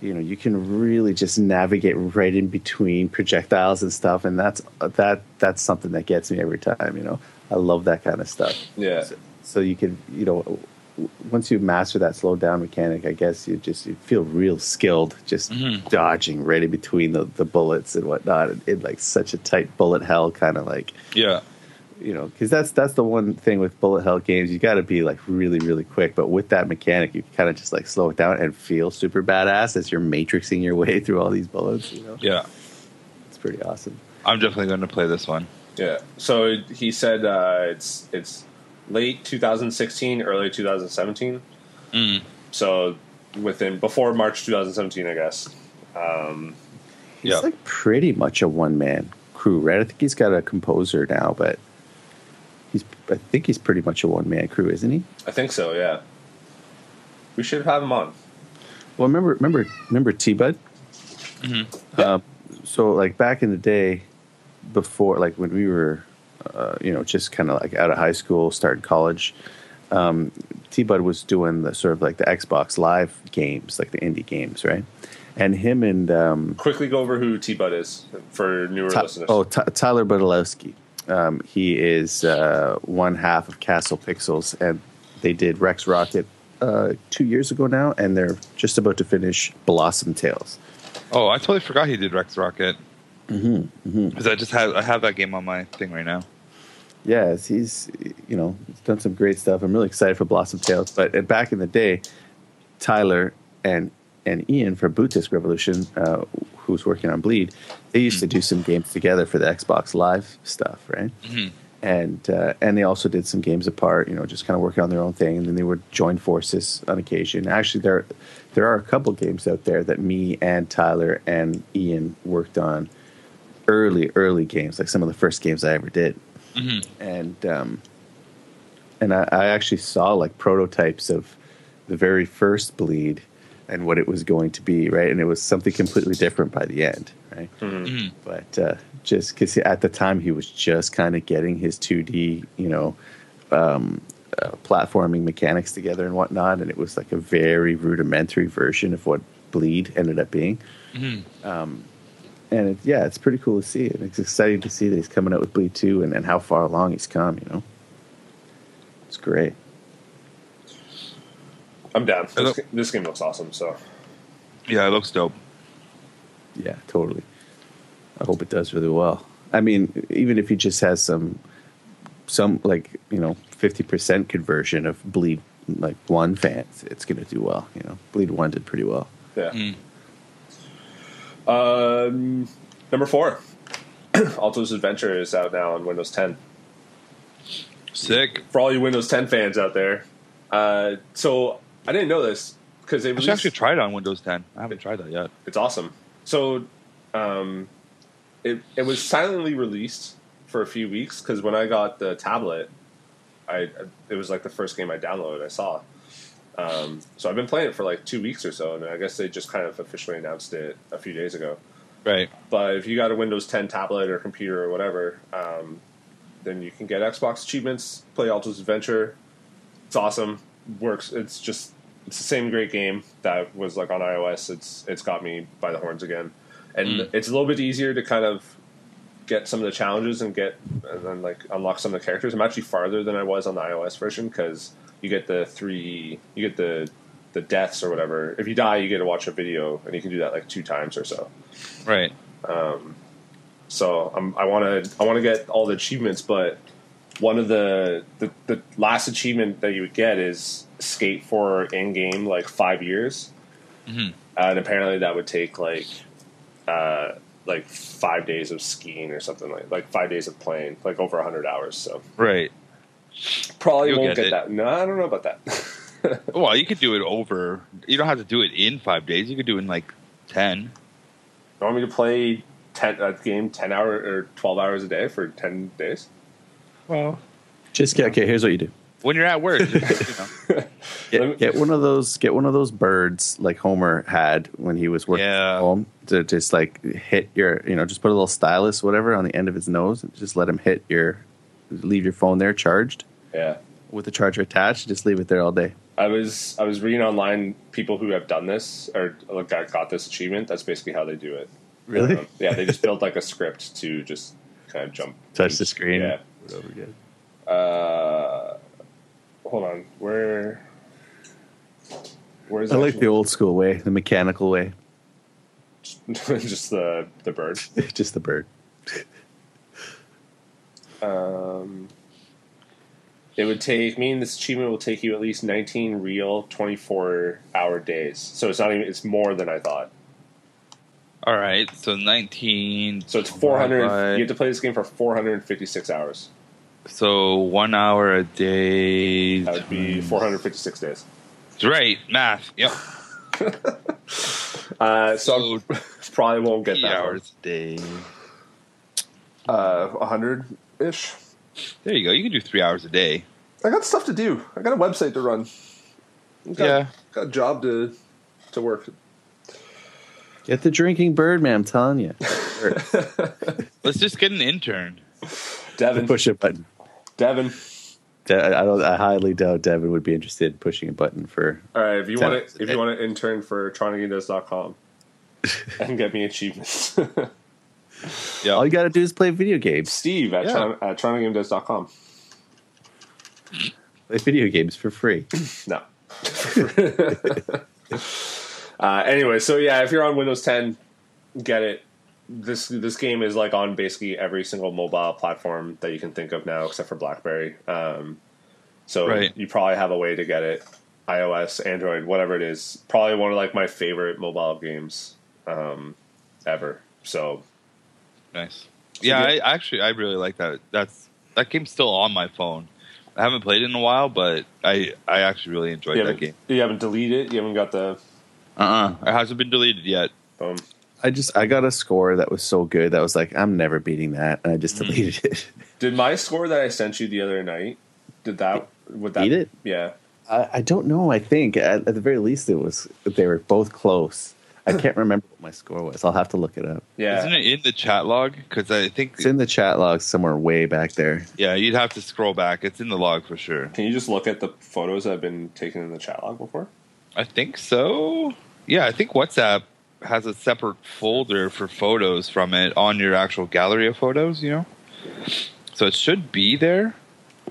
Speaker 3: You know, you can really just navigate right in between projectiles and stuff, and that's that. That's something that gets me every time. You know, I love that kind of stuff.
Speaker 1: Yeah,
Speaker 3: So, so you can, you know, w- once you master that slowdown mechanic, I guess you just you feel real skilled, just dodging right in between the, the bullets and whatnot, in, in like such a tight bullet hell kind of like
Speaker 2: Yeah.
Speaker 3: you know, because that's that's the one thing with bullet hell games. You got to be like really, really quick. But with that mechanic, you kind of just like slow it down and feel super badass as you're matrixing your way (laughs) through all these bullets. You know,
Speaker 2: Yeah,
Speaker 3: it's pretty awesome.
Speaker 2: I'm definitely going to play this one.
Speaker 1: Yeah. So he said uh, it's it's late 2016, early 2017.
Speaker 2: Mm.
Speaker 1: So within before March 2017, I guess. Um,
Speaker 3: He's
Speaker 2: Yeah.
Speaker 3: like pretty much a one man crew, right? I think he's got a composer now, but he's I think he's pretty much a one man crew, isn't he?
Speaker 1: I think so. Yeah. We should have him on.
Speaker 3: Well, remember, remember, remember T Bud.
Speaker 2: Mhm.
Speaker 3: Uh, so, like back in the day, before, like when we were, uh, you know, just kind of like out of high school, starting college, um, T Bud was doing the sort of like the Xbox Live games, like the indie games, right? And him and um,
Speaker 1: Quickly go over who T Bud is for newer
Speaker 3: Ty-
Speaker 1: listeners.
Speaker 3: oh Ty Tyler Budalowski, um, he is uh, one half of Castle Pixels, and they did Rex Rocket uh, two years ago now, and they're just about to finish Blossom Tales.
Speaker 2: Oh, I totally forgot he did Rex Rocket
Speaker 3: hmm
Speaker 1: Mm-hmm,
Speaker 3: hmm
Speaker 2: because I just have I have that game on my thing right now.
Speaker 3: Yes, he's you know he's done some great stuff. I'm really excited for Blossom Tales. But uh, back in the day, Tyler and and Ian from Boot Disc Revolution, uh, who's working on Bleed, they used to do some games together for the Xbox Live stuff, right?
Speaker 2: Mhm.
Speaker 3: And uh, and they also did some games apart, you know, just kind of working on their own thing. And then they would join forces on occasion. Actually, there there are a couple games out there that me and Tyler and Ian worked on early early games, like some of the first games I ever did
Speaker 2: Mhm.
Speaker 3: and um, and I, I actually saw like prototypes of the very first bleed and what it was going to be, right? And it was something completely different by the end, right?
Speaker 2: Mhm.
Speaker 3: But uh, just because at the time he was just kind of getting his 2D, you know, um, uh, platforming mechanics together and whatnot, and it was like a very rudimentary version of what bleed ended up being.
Speaker 2: Mhm.
Speaker 3: Um, and it, yeah, it's pretty cool to see, and it's exciting to see that he's coming out with Bleed Two, and, and how far along he's come. You know, it's great.
Speaker 1: I'm down.
Speaker 2: Hello.
Speaker 1: This, g- this game looks awesome. So
Speaker 2: Yeah, it looks dope.
Speaker 3: Yeah, totally. I hope it does really well. I mean, even if he just has some, some like you know, fifty percent conversion of Bleed like one fans, it's gonna do well. You know, Bleed One did pretty well.
Speaker 1: yeah.
Speaker 2: Mm.
Speaker 1: Um, number four, (clears throat) Alto's Adventure is out now on Windows 10.
Speaker 2: Sick.
Speaker 1: For all you Windows 10 fans out there, uh, so I didn't know this because they
Speaker 2: I
Speaker 1: released.
Speaker 2: should actually try it on Windows 10. I haven't tried that yet.
Speaker 1: it's awesome. So, um, it it was silently released for a few weeks because when I got the tablet, I it was like the first game I downloaded. I saw. Um, so I've been playing it for like two weeks or so, and I guess they just kind of officially announced it a few days ago.
Speaker 2: Right.
Speaker 1: But if you got a Windows 10 tablet or computer or whatever, um, then you can get Xbox achievements, play Alto's Adventure. It's awesome. Works. It's just it's the same great game that was like on iOS. It's it's got me by the horns again, and
Speaker 2: Mm.
Speaker 1: it's a little bit easier to kind of get some of the challenges and get and then like unlock some of the characters. I'm actually farther than I was on the iOS version because you get the three you get the the deaths or whatever. If you die, you get to watch a video, and you can do that like two times or so.
Speaker 2: Right.
Speaker 1: So I'm, I want to I want to get all the achievements, but one of the, the the last achievement that you would get is skate for in game like five years,
Speaker 2: Mhm.
Speaker 1: and apparently that would take like uh, like five days of skiing or something like like five days of playing, like over hundred hours. So
Speaker 2: Right.
Speaker 1: probably
Speaker 2: You'll
Speaker 1: won't
Speaker 2: get
Speaker 1: get,
Speaker 2: it.
Speaker 1: that. No, I don't know about that. (laughs)
Speaker 2: Well, you could do it over. You don't have to do it in five days. You could do it in like 10.
Speaker 1: you want me to play ten, a game ten hour or twelve hours a day for ten days?
Speaker 2: Well,
Speaker 3: Just get, okay. Here's what you do:
Speaker 2: when you're at work, you know.
Speaker 1: Let me-
Speaker 3: get, get one of those get one of those birds like Homer had when he was working
Speaker 2: Yeah.
Speaker 3: from home to just like hit your you know just put a little stylus whatever on the end of his nose and just let him hit your leave your phone there charged
Speaker 1: Yeah.
Speaker 3: with the charger attached just leave it there all day
Speaker 1: I was I was reading online people who have done this or like that got this achievement. That's basically how they do it.
Speaker 3: Really?
Speaker 1: Um, yeah, they just build like a script to just kind of jump.
Speaker 3: touch the screen
Speaker 1: Yeah. Uh, hold on, where? Where's (laughs)
Speaker 3: I like the old school way the mechanical way
Speaker 1: just the the bird?
Speaker 3: just the bird
Speaker 1: Um, it would take me and this achievement will take you at least 19 real 24 hour days. So it's not even it's more than I thought.
Speaker 2: All right, so 19.
Speaker 1: So it's 400.
Speaker 2: divided-
Speaker 1: You have to play this game for 456 hours.
Speaker 2: So one hour a day.
Speaker 1: That would be
Speaker 2: times-
Speaker 1: 456 days.
Speaker 2: Right, math. Yep.
Speaker 1: Uh, so,
Speaker 2: So
Speaker 1: I probably won't get
Speaker 2: eight
Speaker 1: that
Speaker 2: hours a day.
Speaker 1: one. Uh, 100 ish.
Speaker 2: There you go. You can do three hours a day.
Speaker 1: I got stuff to do. I got a website to run. Got,
Speaker 2: Yeah.
Speaker 1: got a job to to work.
Speaker 3: Get the drinking bird, man. I'm telling
Speaker 1: (laughs)
Speaker 3: you.
Speaker 2: Let's just get an intern.
Speaker 1: Devin,
Speaker 3: Push a button.
Speaker 1: Devin.
Speaker 3: De- I don't. I highly doubt Devin would be interested in pushing a button for.
Speaker 1: All right, if you
Speaker 3: Devin.
Speaker 1: want to, if you want to intern for (laughs) com and get me achievements, (laughs)
Speaker 3: All
Speaker 2: Yeah.
Speaker 3: you got to do is play video games.
Speaker 1: Steve at
Speaker 2: Yeah.
Speaker 1: Tron at tronigamedes.com.
Speaker 3: Play video games
Speaker 1: (clears throat)
Speaker 3: for free.
Speaker 1: No. (laughs) uh, anyway, so yeah, if you're on Windows 10, get it. This this game is like on basically every single mobile platform that you can think of now, except for BlackBerry. Um, so
Speaker 2: Right.
Speaker 1: you probably have a way to get it, iOS, Android, whatever it is. Probably one of like my favorite mobile games um, ever. So
Speaker 2: Nice. Yeah, I, actually, I really like that. That's that game's still on my phone. I haven't played it in a while, but I I actually really enjoyed
Speaker 1: you
Speaker 2: that
Speaker 1: haven't,
Speaker 2: game.
Speaker 1: you haven't deleted it. You haven't got the
Speaker 2: Uh uh It hasn't been deleted yet.
Speaker 1: boom.
Speaker 3: Uh-uh. I just I got a score that was so good that I was like I'm never beating that, and I
Speaker 1: Hmm.
Speaker 3: just deleted it. (laughs)
Speaker 1: Did my score that I sent you the other night? Did that? Would that?
Speaker 3: Beat it?
Speaker 1: Yeah.
Speaker 3: I, I don't know. I think at, at the very least it was they were both close. I can't remember what my score was. I'll have to look it up.
Speaker 1: Yeah.
Speaker 2: Isn't it in the chat log? Because I think
Speaker 3: It's in the chat log somewhere way back there.
Speaker 2: yeah, you'd have to scroll back. It's in the log for sure.
Speaker 1: Can you just look at the photos that have been taken in the chat log before?
Speaker 2: I think so. Yeah, I think WhatsApp has a separate folder for photos from it on your actual gallery of photos. You know, so it should be there.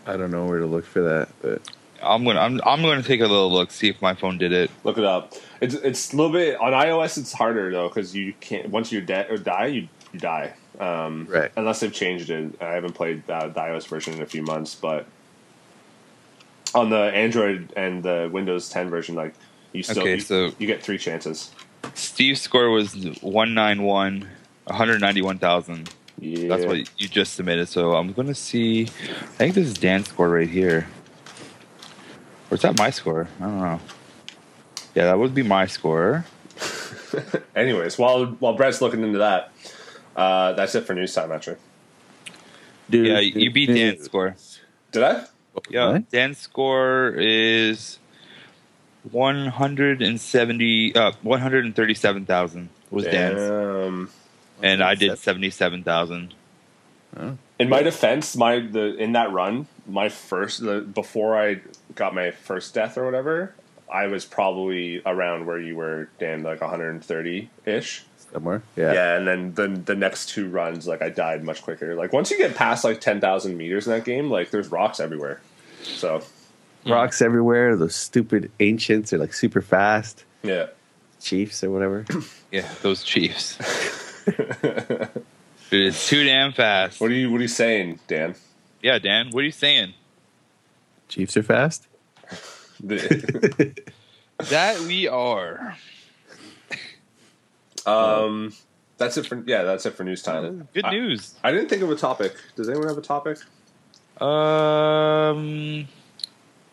Speaker 3: I don't know where to look for that, but
Speaker 2: I'm gonna I'm I'm gonna take a little look, see if my phone did it.
Speaker 1: Look it up. It's it's a little bit on iOS. It's harder though because you can't once you're dead or die, you you die. Um,
Speaker 3: Right.
Speaker 1: Unless they've changed it. I haven't played uh, the iOS version in a few months, but on the Android and the Windows 10 version, like you still
Speaker 2: Okay,
Speaker 1: you,
Speaker 2: so-
Speaker 1: you get three chances.
Speaker 2: Steve's score was 191, 191,000.
Speaker 1: Yeah.
Speaker 2: That's what you just submitted. So I'm going to see. I think this is Dan's score right here. Or is that my score? I don't know. Yeah, that would be my score.
Speaker 1: Anyways, while while Brett's looking into that, uh, that's it for news time. Actually,
Speaker 3: dude,
Speaker 2: Yeah, you beat Dan's score.
Speaker 1: did I?
Speaker 2: Yeah,
Speaker 3: What?
Speaker 2: Dan's score is 170, uh, 137,000 was Dan's.
Speaker 1: Damn.
Speaker 2: And I did 77,000.
Speaker 1: In my defense, my the in that run, my first the, before I got my first death or whatever, I was probably around where you were, Dan, like 130 ish.
Speaker 3: somewhere.
Speaker 1: Yeah.
Speaker 3: Yeah.
Speaker 1: and then the the next two runs, like I died much quicker. Like once you get past like 10,000 meters in that game, like there's rocks everywhere. So
Speaker 3: rocks everywhere. Those stupid ancients are like super fast
Speaker 1: yeah, (laughs)
Speaker 3: chiefs or whatever.
Speaker 2: Yeah, those Chiefs. Dude, it's too damn fast.
Speaker 1: what are you what are you saying, Dan?
Speaker 2: Yeah, Dan, what are you saying?
Speaker 3: (clears throat) chiefs are fast.
Speaker 1: The-
Speaker 2: That we are.
Speaker 1: um, that's it for yeah, that's it for news time.
Speaker 2: Good
Speaker 1: I-
Speaker 2: news.
Speaker 1: I didn't think of a topic. Does anyone have a topic?
Speaker 2: Um,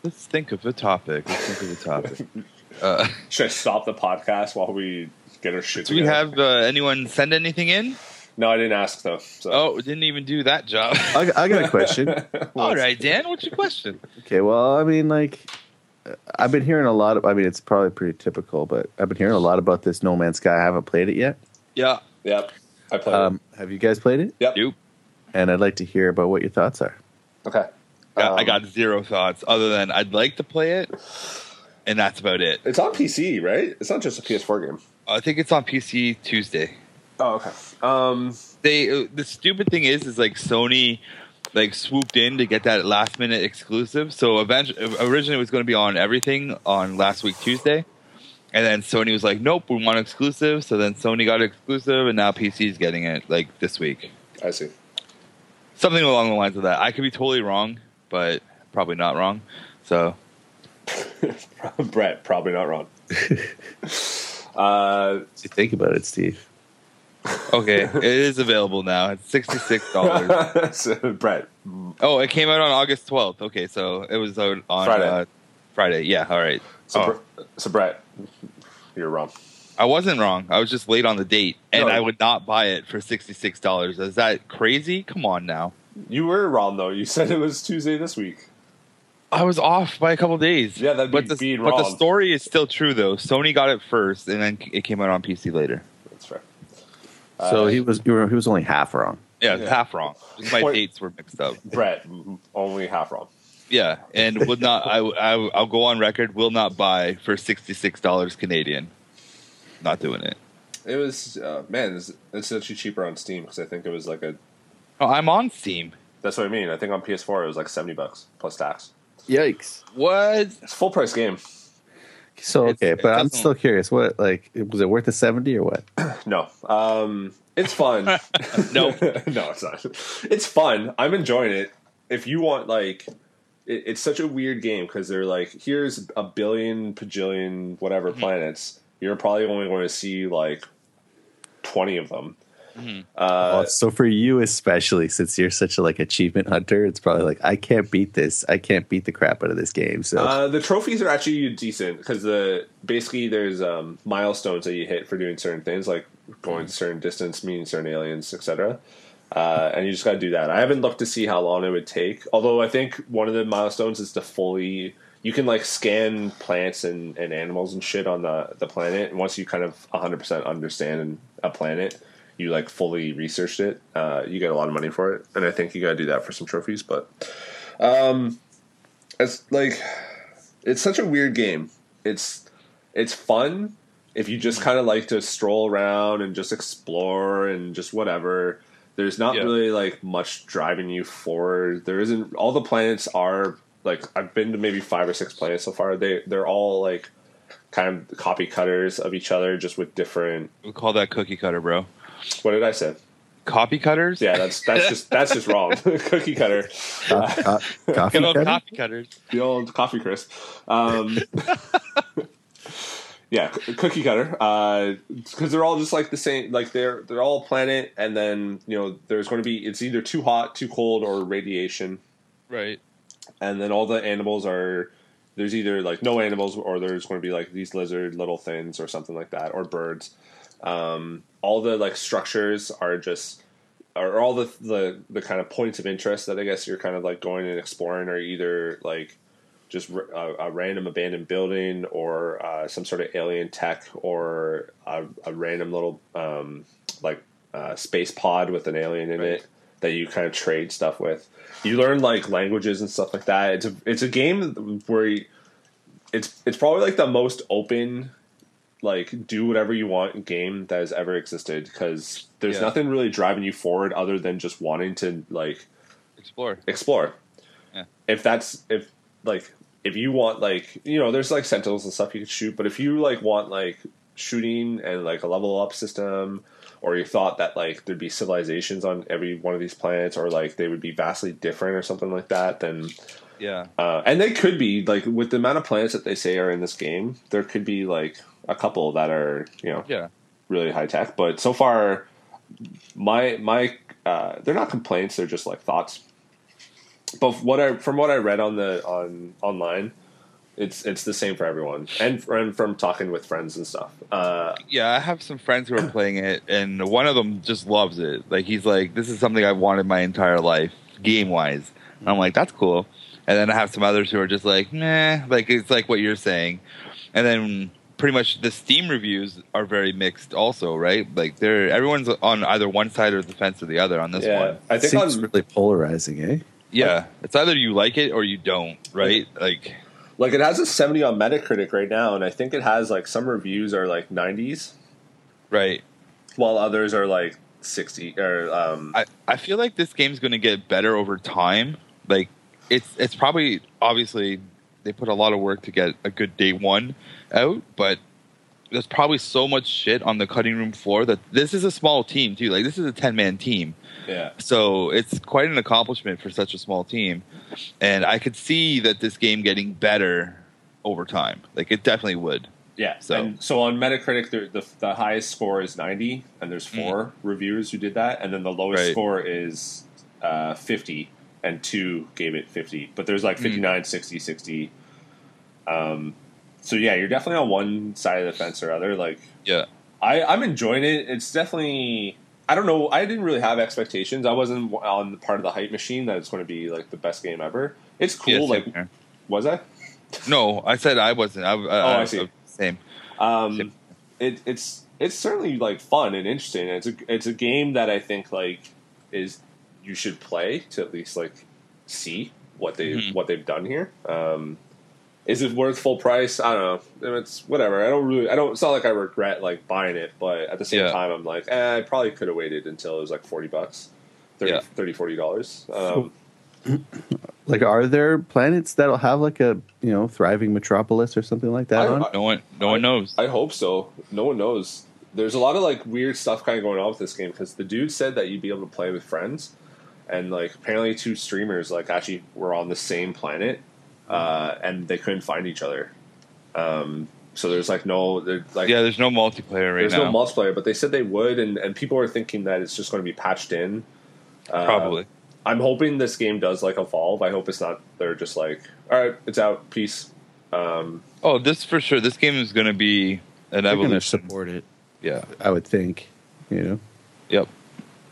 Speaker 2: let's think of a topic. Let's think of a topic. (laughs) Uh,
Speaker 1: Should I stop the podcast while we get our shit
Speaker 2: do we
Speaker 1: together?
Speaker 2: have uh, anyone send anything in?
Speaker 1: No, I didn't ask though. So.
Speaker 2: Oh, we didn't even do that job. (laughs)
Speaker 3: I, I got a question.
Speaker 2: All right, Dan, what's your question?
Speaker 3: Okay, well, I mean, like, uh, I've been hearing a lot of. I mean, it's probably pretty typical, but I've been hearing a lot about this No Man's Sky. I haven't played it yet.
Speaker 2: Yeah.
Speaker 1: Yep. I played.
Speaker 3: Um, have you guys played it?
Speaker 1: it. Yep.
Speaker 2: Nope.
Speaker 3: And I'd like to hear about what your thoughts are.
Speaker 1: Okay.
Speaker 2: Got- I
Speaker 1: Um,
Speaker 2: got zero thoughts other than I'd like to play it, and that's about it.
Speaker 1: It's on PC, right? It's not just a PS4 game.
Speaker 2: I think it's on PC Tuesday.
Speaker 1: Oh, okay. Um,
Speaker 2: they uh, the stupid thing is is like Sony like swooped in to get that last minute exclusive. So eventually, originally it was going to be on everything on last week Tuesday, and then Sony was like, "Nope, we want exclusive." So then Sony got exclusive, and now PC's getting it like this week.
Speaker 1: I see.
Speaker 2: something along the lines of that. I could be totally wrong, but probably not wrong. So
Speaker 1: Um, (laughs) Brett, probably not wrong. uh,
Speaker 3: You think about it, Steve.
Speaker 2: okay, it is available now. It's sixty six
Speaker 1: (laughs)
Speaker 2: dollars.
Speaker 1: so, Brett,
Speaker 2: oh, it came out on August twelfth. Okay, so it was out on
Speaker 1: Friday.
Speaker 2: Uh, Friday. Yeah. All right.
Speaker 1: so,
Speaker 2: Oh,
Speaker 1: Br- so Brett, you're wrong.
Speaker 2: I wasn't wrong. I was just late on the date, and
Speaker 1: No.
Speaker 2: I would not buy it for sixty six dollars. Is that crazy? Come on now.
Speaker 1: You were wrong though. You (laughs) said it was Tuesday this week.
Speaker 2: I was off by a couple days.
Speaker 1: Yeah, that'd be
Speaker 2: but the,
Speaker 1: being
Speaker 2: But the
Speaker 1: wrong.
Speaker 2: story is still true, though. Sony got it first, and then it came out on PC later.
Speaker 1: That's fair. Uh,
Speaker 3: So he was you were, he was only half wrong.
Speaker 2: Yeah, it's
Speaker 1: Yeah.
Speaker 2: half wrong. Just My
Speaker 1: Point-
Speaker 2: dates were mixed up.
Speaker 1: Brett, m- only half wrong.
Speaker 2: Yeah, and would not. I, I I'll go on record. Will not buy for sixty six dollars Canadian. Not doing it.
Speaker 1: It was uh, man. It's, it's actually cheaper on Steam because I think it was like a.
Speaker 2: Oh, I'm on Steam.
Speaker 1: That's what I mean. I think on PS4 it was like seventy bucks plus tax.
Speaker 3: Yikes.
Speaker 2: What?
Speaker 1: It's a full price game.
Speaker 3: So
Speaker 2: It's-
Speaker 3: okay,
Speaker 2: it
Speaker 3: but I'm
Speaker 2: doesn't-
Speaker 3: still curious. What like was it worth the seventy or what?
Speaker 1: No, um, it's fun. no,
Speaker 2: No.
Speaker 1: (laughs) no, it's not. It's fun. I'm enjoying it. If you want, like, it, it's such a weird game because they're like, here's a billion, pajillion, whatever planets. You're probably only going to see like twenty of them. Uh,
Speaker 3: Well, so for you especially, since you're such a like achievement hunter, it's probably like I can't beat this. I can't beat the crap out of this game. So
Speaker 1: Uh, the trophies are actually decent because the basically there's um, milestones that you hit for doing certain things, like going certain distance, meeting certain aliens, etc. Uh, and you just got to do that. I haven't looked to see how long it would take. Although I think one of the milestones is to fully you can like scan plants and, and animals and shit on the the planet. And once you kind of 100% understand a planet, you like fully researched it. Uh, you get a lot of money for it, and I think you got to do that for some trophies. But it's like it's such a weird game. It's it's fun if you just kind of like to stroll around and just explore and just whatever. There's not
Speaker 2: Yeah.
Speaker 1: really like much driving you forward. There isn't all the planets are like I've been to maybe five or six planets so far. They they're all like kind of copy cutters of each other, just with different.
Speaker 2: We call that cookie cutter, bro.
Speaker 1: What did I say?
Speaker 2: Copy cutters.
Speaker 1: Yeah, that's that's just that's just wrong. (laughs) Cookie cutter.
Speaker 3: Co- co- coffee
Speaker 2: Good old
Speaker 3: cutter?
Speaker 2: copy cutters.
Speaker 1: the old coffee crisp. Um, yeah, c- cookie cutter. Because they're all just like the same. Like they're they're all planet, and then you know there's going to be it's either too hot, too cold, or radiation,
Speaker 2: Right.
Speaker 1: and then all the animals are. There's either like no animals, or there's going to be like these lizard little things, or something like that, or birds. Um, all the like structures are just or all the, the the kind of points of interest that I guess you're kind of like going and exploring are either like just r- uh, a, a random abandoned building or uh, some sort of alien tech or a, a random little um, like uh, space pod with an alien in it that you kind of trade stuff with. You learn like languages and stuff like that. It's a it's a game where you, it's it's probably like the most open like do whatever you want game that has ever existed because there's
Speaker 2: Yeah.
Speaker 1: nothing really driving you forward other than just wanting to like
Speaker 2: Explore.
Speaker 1: explore.
Speaker 2: Yeah.
Speaker 1: If that's if like if you want like you know there's like sentinels and stuff you can shoot, but if you like want like shooting and like a level up system, or you thought that like there'd be civilizations on every one of these planets, or like they would be vastly different or something like that, then
Speaker 2: Yeah.
Speaker 1: uh, and they could be like with the amount of planets that they say are in this game, there could be like a couple that are you know
Speaker 2: Yeah.
Speaker 1: really high tech. But so far, my my uh, they're not complaints; they're just like thoughts. But what I from what I read on the on online, it's it's the same for everyone, and and from talking with friends and stuff. Uh,
Speaker 2: yeah, I have some friends who are playing it, and one of them just loves it. Like he's like, "This is something I wanted my entire life, game wise." And I'm like, "That's cool." And then I have some others who are just like, "Nah," like it's like what you're saying. And then pretty much the Steam reviews are very mixed, also, right? Like they're everyone's on either one side of the fence or the other on this
Speaker 1: yeah,
Speaker 2: one.
Speaker 1: I think
Speaker 3: seems
Speaker 1: on
Speaker 3: really polarizing, eh?
Speaker 2: Yeah, it's either you like it or you don't, right? Like,
Speaker 1: like it has a seventy on Metacritic right now, and I think it has like some reviews are like nineties,
Speaker 2: right.
Speaker 1: while others are like sixty or um,
Speaker 2: I, I feel like this game's going to get better over time. Like it's it's probably obviously they put a lot of work to get a good day one out, but there's probably so much shit on the cutting room floor that this is a small team too. Like this is a ten man team.
Speaker 1: Yeah.
Speaker 2: So it's quite an accomplishment for such a small team. And I could see that this game getting better over time. Like it definitely would.
Speaker 1: Yeah.
Speaker 2: So-
Speaker 1: So and so on Metacritic, the, the the highest score is ninety, and there's four reviewers who did that, and then the lowest
Speaker 2: Mm. Right.
Speaker 1: score is uh, fifty, and two gave it fifty. But there's
Speaker 2: Mm.
Speaker 1: like 59, 60, 60. Um, so yeah, you're definitely on one side of the fence or other. Like
Speaker 2: Yeah.
Speaker 1: I, I'm enjoying it. It's definitely. I don't know. I didn't really have expectations. I wasn't on the part of the hype machine that it's going to be like the best game ever. It's cool.
Speaker 2: Yeah, same
Speaker 1: like,
Speaker 2: here.
Speaker 1: was I?
Speaker 2: no, I said I wasn't. I, I,
Speaker 1: Oh, I
Speaker 2: I
Speaker 1: see.
Speaker 2: Same. Yep.
Speaker 1: Um, it, it's it's certainly like fun and interesting. And it's a it's a game that I think like is you should play to at least like see what they
Speaker 2: Mhm.
Speaker 1: what they've done here. Um, is it worth full price? I don't know. It's whatever. I don't really. I don't. It's not like I regret like buying it, but at the same
Speaker 2: Yeah.
Speaker 1: time, I'm like, eh, I probably could have waited until it was like forty bucks, 30,
Speaker 2: Yeah.
Speaker 1: 30 40 dollars. Um,
Speaker 3: Like, are there planets that'll have like a you know thriving metropolis or something like that
Speaker 1: I-
Speaker 3: on?
Speaker 1: I-
Speaker 2: No one, no one knows.
Speaker 1: I hope so. No one knows. There's a lot of like weird stuff kind of going on with this game because the dude said that you'd be able to play with friends, and like apparently two streamers like actually were on the same planet, uh, and they couldn't find each other. Um, so there's like no there- like
Speaker 2: yeah, there's no multiplayer right
Speaker 1: there's no
Speaker 2: now.
Speaker 1: multiplayer, but they said they would, and and people are thinking that it's just going to be patched in. Uh,
Speaker 2: Probably.
Speaker 1: I'm hoping this game does like evolve. I hope it's not they're just like all right, it's out, peace. Um,
Speaker 2: Oh, this for sure. This game is going to be an
Speaker 3: They're going to
Speaker 2: evolution.
Speaker 3: support it,
Speaker 2: Yeah.
Speaker 3: I would think. You know,
Speaker 2: Yep.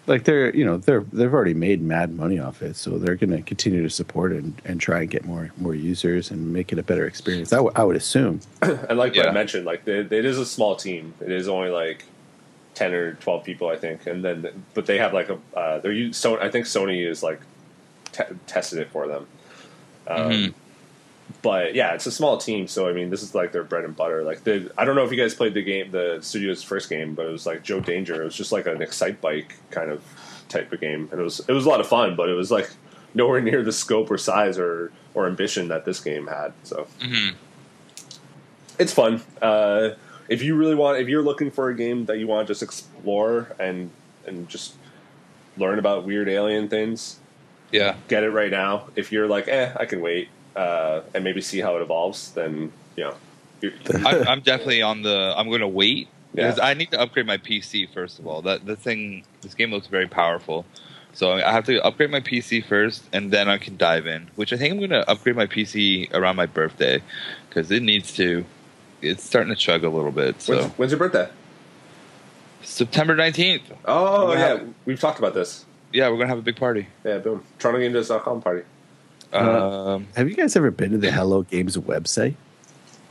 Speaker 3: like they're you know they're they've already made mad money off it, so they're going to continue to support it and, and try and get more more users and make it a better experience. I would- I would assume.
Speaker 1: (laughs) And like
Speaker 2: Yeah.
Speaker 1: I mentioned, like it, it is a small team. It is only like ten or twelve people, I think. And then, but they have like a uh, they're u- so I think Sony is like te- tested it for them. Um,
Speaker 2: Mhm.
Speaker 1: But yeah, it's a small team, so I mean, this is like their bread and butter. Like the I don't know if you guys played the game, the studio's first game, but it was like Joe Danger. It was just like an excite bike kind of type of game, and it was it was a lot of fun, but it was like nowhere near the scope or size or or ambition that this game had. So
Speaker 2: Mhm.
Speaker 1: it's fun. Uh, if you really want, if you're looking for a game that you want to just explore and and just learn about weird alien things,
Speaker 2: Yeah.
Speaker 1: get it right now. If you're like, eh, I can wait uh, and maybe see how it evolves, then you know, you're,
Speaker 2: I, I'm definitely on the. I'm going to wait
Speaker 1: Yeah.
Speaker 2: because I need to upgrade my PC first of all. That the thing. This game looks very powerful, so I have to upgrade my PC first, and then I can dive in. Which I think I'm going to upgrade my PC around my birthday because it needs to. It's starting to chug a little bit. So
Speaker 1: when's, when's your birthday?
Speaker 2: September 19th.
Speaker 1: Oh
Speaker 2: What
Speaker 1: yeah,
Speaker 2: happened?
Speaker 1: we've talked about this.
Speaker 2: Yeah, we're going to have a big party.
Speaker 1: Yeah, boom. TorontoGameDev.com party.
Speaker 3: Uh,
Speaker 2: Um,
Speaker 3: Have you guys ever been to the Hello Games website?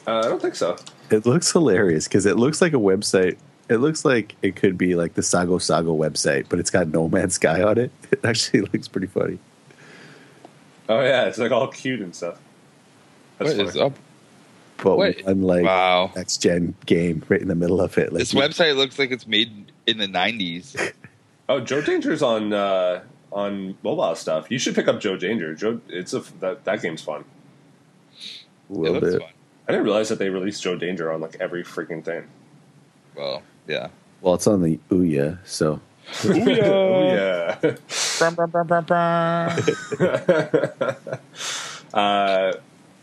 Speaker 1: Uh, I don't think (laughs) so.
Speaker 3: It looks hilarious because it looks like a website. It looks like it could be like the Sago Sago website, but it's got No Man's Sky on it. (laughs) It actually looks pretty funny.
Speaker 1: Oh yeah, it's like all cute and stuff.
Speaker 2: what
Speaker 1: That's
Speaker 2: is
Speaker 1: funny.
Speaker 2: up?
Speaker 3: But
Speaker 2: Wait.
Speaker 3: one like
Speaker 2: Wow.
Speaker 3: next gen game right in the middle of it. Like,
Speaker 2: This website looks like it's made in the 90s.
Speaker 1: Oh, Joe Danger's on uh, on mobile stuff. You should pick up Joe Danger. Joe, it's a that, that game's fun.
Speaker 2: It
Speaker 3: Will
Speaker 2: looks
Speaker 3: do.
Speaker 2: fun.
Speaker 1: I didn't realize that they released Joe Danger on like every freaking thing.
Speaker 2: Well, yeah.
Speaker 3: Well, it's on the Ouya, so
Speaker 1: (laughs) Oh, Booyah.
Speaker 2: Brum, brum, brum, brum, brum.
Speaker 1: (laughs) uh,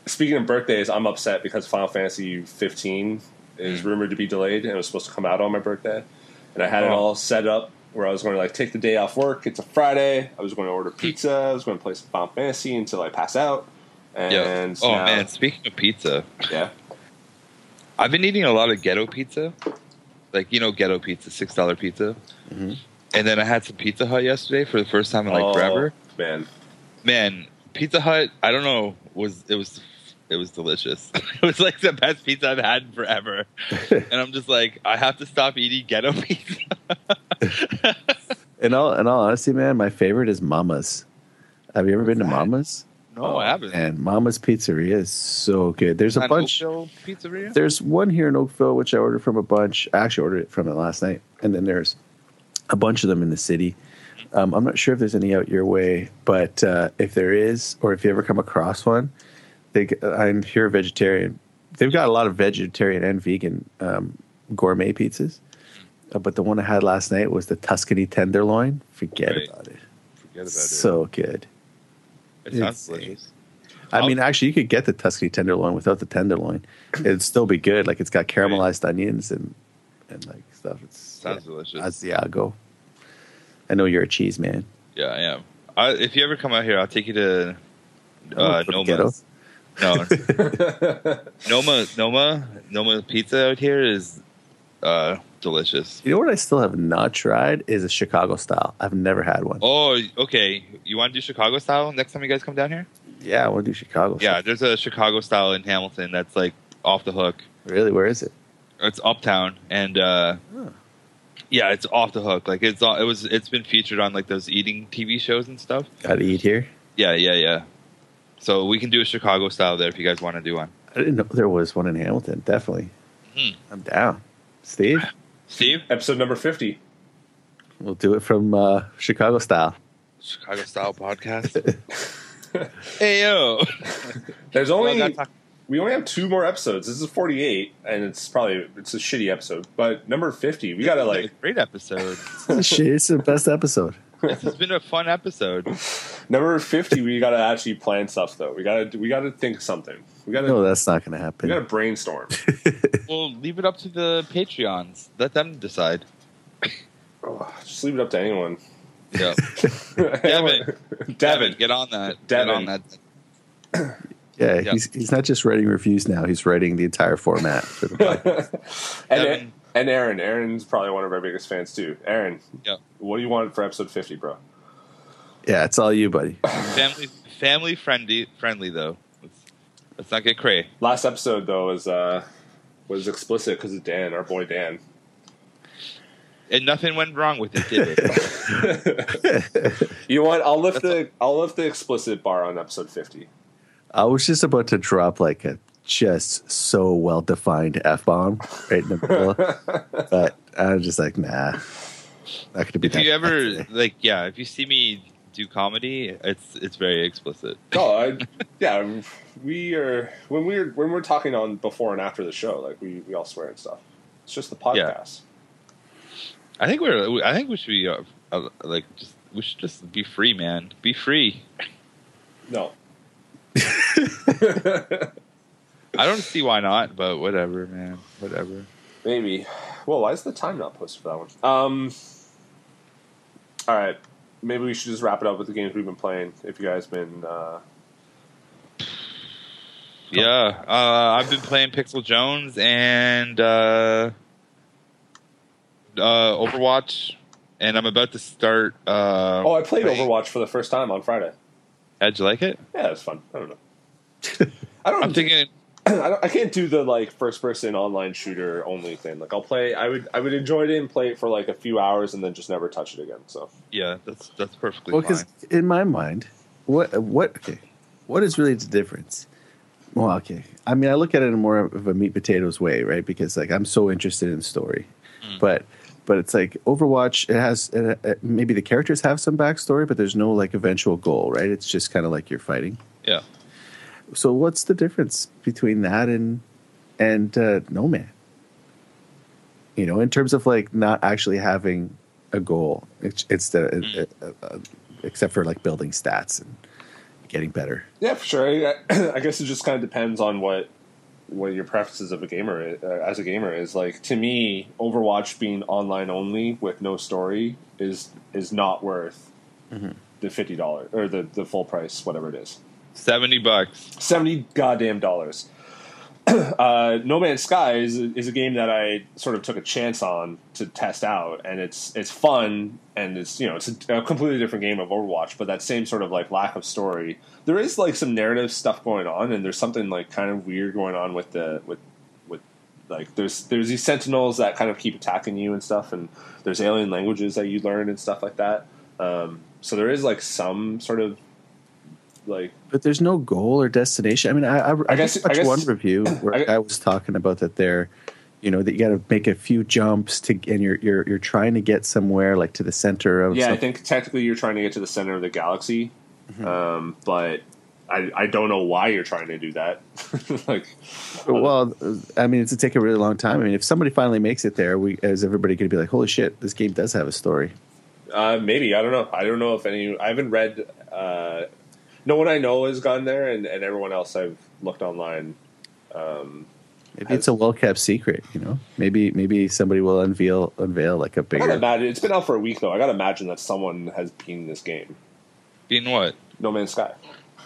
Speaker 1: speaking of birthdays, I'm upset because Final Fantasy 15 is rumored to be delayed and it was supposed to come out on my birthday. And I had it
Speaker 2: Oh.
Speaker 1: all set up where I was going to like take the day off work. It's a Friday. I was going to order pizza. I was going to play some Final Fantasy until I pass out. And
Speaker 2: Yeah. Oh
Speaker 1: now-
Speaker 2: man, speaking of pizza,
Speaker 1: yeah,
Speaker 2: I've been eating a lot of ghetto pizza, like you know ghetto pizza, six dollar pizza.
Speaker 3: Mhm.
Speaker 2: And then I had some Pizza Hut yesterday for the first time in like
Speaker 1: Oh,
Speaker 2: forever.
Speaker 1: man.
Speaker 2: Man, Pizza Hut, I don't know, was it was it was delicious. (laughs) it was like the best pizza I've had
Speaker 3: (laughs)
Speaker 2: forever. and I'm just like, I have to stop eating ghetto (laughs) pizza.
Speaker 3: in all in all honesty, man, my favorite is Mama's. Have you ever been to
Speaker 2: that?
Speaker 3: Mama's?
Speaker 2: No, I haven't.
Speaker 3: And Mama's Pizzeria is so good. Oh, There's a
Speaker 2: Not
Speaker 3: bunch.
Speaker 2: Oakville pizzeria.
Speaker 3: There's one here in Oakville, which I ordered from a bunch. I actually ordered it from it last night. And then there's a bunch of them in the city. Um, I'm not sure if there's any out your way, but uh, if there is, or if you ever come across one, uh, they, g- I'm pure vegetarian. They've got a lot of vegetarian and vegan um, gourmet pizzas. Uh, but the one I had last night was the Tuscany tenderloin. Forget
Speaker 2: Right.
Speaker 3: about it.
Speaker 2: Forget about it.
Speaker 3: So good.
Speaker 2: It sounds
Speaker 3: it's-
Speaker 2: delicious.
Speaker 3: I
Speaker 2: I'll-
Speaker 3: mean, actually, you could get the Tuscany tenderloin without the tenderloin. It'd still be good. Like it's got caramelized onions and and like stuff. It's
Speaker 2: Sounds
Speaker 3: yeah.
Speaker 2: delicious.
Speaker 3: Asiago. I know you're a cheese man.
Speaker 2: yeah, I am. I, if you ever come out here, I'll take you to uh,
Speaker 3: Oh,
Speaker 2: Noma.
Speaker 3: ghetto. (laughs)
Speaker 2: No, Noma, Noma, Noma pizza out here is uh, delicious.
Speaker 3: You know what I still have not tried is a Chicago style. I've never had one.
Speaker 2: Oh, okay. You want to do Chicago style next time you guys come down here?
Speaker 3: Yeah, I want to do Chicago.
Speaker 2: Yeah,
Speaker 3: style.
Speaker 2: there's a Chicago style in Hamilton that's like off the hook.
Speaker 3: really. Where is it?
Speaker 2: It's uptown, and uh,
Speaker 3: Huh.
Speaker 2: yeah, it's off the hook. Like it's all- it was it's been featured on like those eating TV shows and stuff.
Speaker 3: Got to eat here.
Speaker 2: Yeah, yeah, yeah. So we can do a Chicago style there if you guys want to do one.
Speaker 3: I didn't know there was one in Hamilton. Definitely,
Speaker 2: Hmm.
Speaker 3: I'm down.
Speaker 2: (laughs)
Speaker 3: Steve,
Speaker 2: Steve,
Speaker 1: Episode number 50.
Speaker 3: we'll do it from uh,
Speaker 2: (laughs)
Speaker 3: Chicago style.
Speaker 2: Chicago style podcast. (laughs) hey yo,
Speaker 1: There's
Speaker 2: Well,
Speaker 1: only.
Speaker 2: gotta talk-
Speaker 1: we only have two more episodes. This is 48, and it's probably it's a shitty episode. But number 50, we gotta
Speaker 2: (laughs)
Speaker 1: like
Speaker 2: great episode.
Speaker 3: Shit, it's the best episode.
Speaker 2: this has been a fun (laughs) episode.
Speaker 1: number 50. We gotta actually plan stuff though. We gotta we gotta think of something. We gotta
Speaker 3: No, that's not going to
Speaker 1: we gotta
Speaker 3: happen.
Speaker 1: brainstorm.
Speaker 2: We'll leave it up to the Patreons. Let them decide.
Speaker 1: Oh, just leave it up to anyone.
Speaker 2: (laughs) Yeah.
Speaker 1: (laughs) Devin, Devin,
Speaker 2: get on that.
Speaker 1: Devin.
Speaker 2: Get on that.
Speaker 3: Yeah, he's he's not just writing reviews now. He's writing the
Speaker 2: (laughs)
Speaker 3: entire format for the podcast.
Speaker 1: and
Speaker 2: Devin.
Speaker 1: and Aaron. Aaron's probably one of our biggest fans too. Aaron,
Speaker 2: Yeah.
Speaker 1: what do you want for episode 50, bro?
Speaker 3: yeah, it's all
Speaker 2: (laughs)
Speaker 3: you, buddy.
Speaker 2: Family, family friendly, friendly though. Let's, let's not get cray.
Speaker 1: Last episode though was uh was explicit because of Dan, our boy Dan. (laughs)
Speaker 2: And nothing went wrong with it, did (laughs) it?
Speaker 1: You know what? I'll lift the I'll lift the explicit bar on episode 50.
Speaker 3: I was just about to drop like a just so well defined f bomb right in the
Speaker 2: (laughs)
Speaker 3: middle, but I was just like, nah, not going to be.
Speaker 2: if
Speaker 3: that
Speaker 2: you
Speaker 3: bad
Speaker 2: ever
Speaker 3: today.
Speaker 2: like, yeah, if you see me do comedy, it's it's very explicit.
Speaker 1: No, I, yeah, we are when we're when we're talking on before and after the show, like we we all swear and stuff. It's just the podcast.
Speaker 2: I think we're. I think we should be uh, uh, like just. We should just be free, man. Be free.
Speaker 1: No, (laughs)
Speaker 2: I don't see why not, but whatever, man. Whatever.
Speaker 1: maybe. Well, why is the time not posted for that one? Um. All right, maybe we should just wrap it up with the games we've been playing. If you guys been, uh,
Speaker 2: Yeah, uh, I've been playing Pixel Jones and uh, uh, Overwatch, and I'm about to start. Uh,
Speaker 1: oh, I played
Speaker 2: playing-
Speaker 1: Overwatch for the first time on Friday.
Speaker 2: How'd you like it?
Speaker 1: Yeah, it was fun. I don't know. (laughs) I don't.
Speaker 2: I'm thinking.
Speaker 1: (clears throat) I, don't, I can't do the like first person online shooter only thing. Like I'll play. I would. I would enjoy it and play it for like a few hours and then just never touch it again. So
Speaker 2: Yeah, that's that's perfectly
Speaker 3: well, because
Speaker 2: fine.
Speaker 3: in my mind, what what okay, what is really the difference? Well, okay. I mean, I look at it in more of a meat potatoes way, right? Because like I'm so interested in story, but but it's like Overwatch. It has it, it, maybe the characters have some backstory, but there's no like eventual goal, right? It's just kind of like you're fighting.
Speaker 2: Yeah,
Speaker 3: So what's the difference between that and and uh, No Man? You know, in terms of like not actually having a goal, it's, it's the uh, uh, uh, except for like building stats and getting better.
Speaker 1: yeah, for sure. I, I (clears throat) guess it just kind of depends on what what your preferences of a gamer i- uh, as a gamer is. Like to me, Overwatch being online only with no story is is not worth the fifty dollars or the the full price, whatever it is.
Speaker 2: seventy bucks.
Speaker 1: seventy goddamn dollars. (clears throat) uh, no Man's Sky is, is a game that I sort of took a chance on to test out, and it's it's fun, and it's you know it's a, a completely different game of Overwatch, but that same sort of like lack of story. There is like some narrative stuff going on, and there's something like kind of weird going on with the with with like there's there's these sentinels that kind of keep attacking you and stuff, and there's alien languages that you learn and stuff like that. Um, so there is like some sort of like
Speaker 3: But there's no goal or destination. I mean, I I, I,
Speaker 1: guess-
Speaker 3: just
Speaker 1: I
Speaker 3: watched
Speaker 1: guess-
Speaker 3: one review where
Speaker 1: I-
Speaker 3: I, was talking about that there. You know that you got to make a few jumps to, and you're you're you're trying to get somewhere like to the center of
Speaker 1: yeah, I
Speaker 3: something. Mm-hmm.
Speaker 1: think technically you're trying to get to the center of the galaxy, um, but I, I don't know why you're trying to do that. (laughs) like,
Speaker 3: Well, uh, I mean, it's gonna take a really long time. I mean, if somebody finally makes it there, we is everybody going to be like, "Holy shit, this game does have a story."
Speaker 1: Uh, maybe I don't know. I don't know if any. I haven't read. Uh, no one I know has gone there, and, and everyone else I've looked online. Um,
Speaker 3: Maybe it's a well kept secret, you know. Maybe maybe somebody will unveil unveil like a
Speaker 1: I gotta
Speaker 3: bigger.
Speaker 1: imagine it's been out for a week though. I gotta imagine that someone has been this game.
Speaker 2: Being what?
Speaker 1: No Man's Sky.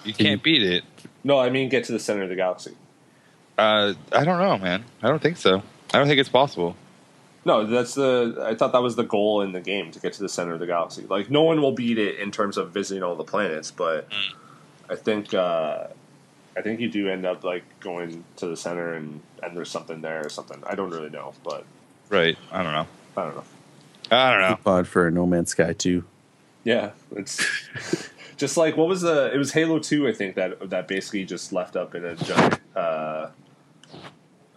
Speaker 2: You can't beat it.
Speaker 1: No, I mean get to the center of the galaxy.
Speaker 2: Uh, I don't know, man. I don't think so. I don't think it's possible.
Speaker 1: No, that's the. I thought that was the goal in the game to get to the center of the galaxy. Like no one will beat it in terms of visiting all the planets, but I think uh, I think you do end up like going to the center and and there's something there or something. I don't really know, but
Speaker 2: Right. I don't know.
Speaker 1: I don't know.
Speaker 2: I don't know.
Speaker 3: coupon for No Man's Sky Two.
Speaker 1: Yeah, it's (laughs) just like what was the? It was Halo Two, I think that that basically just left up in a giant. Uh,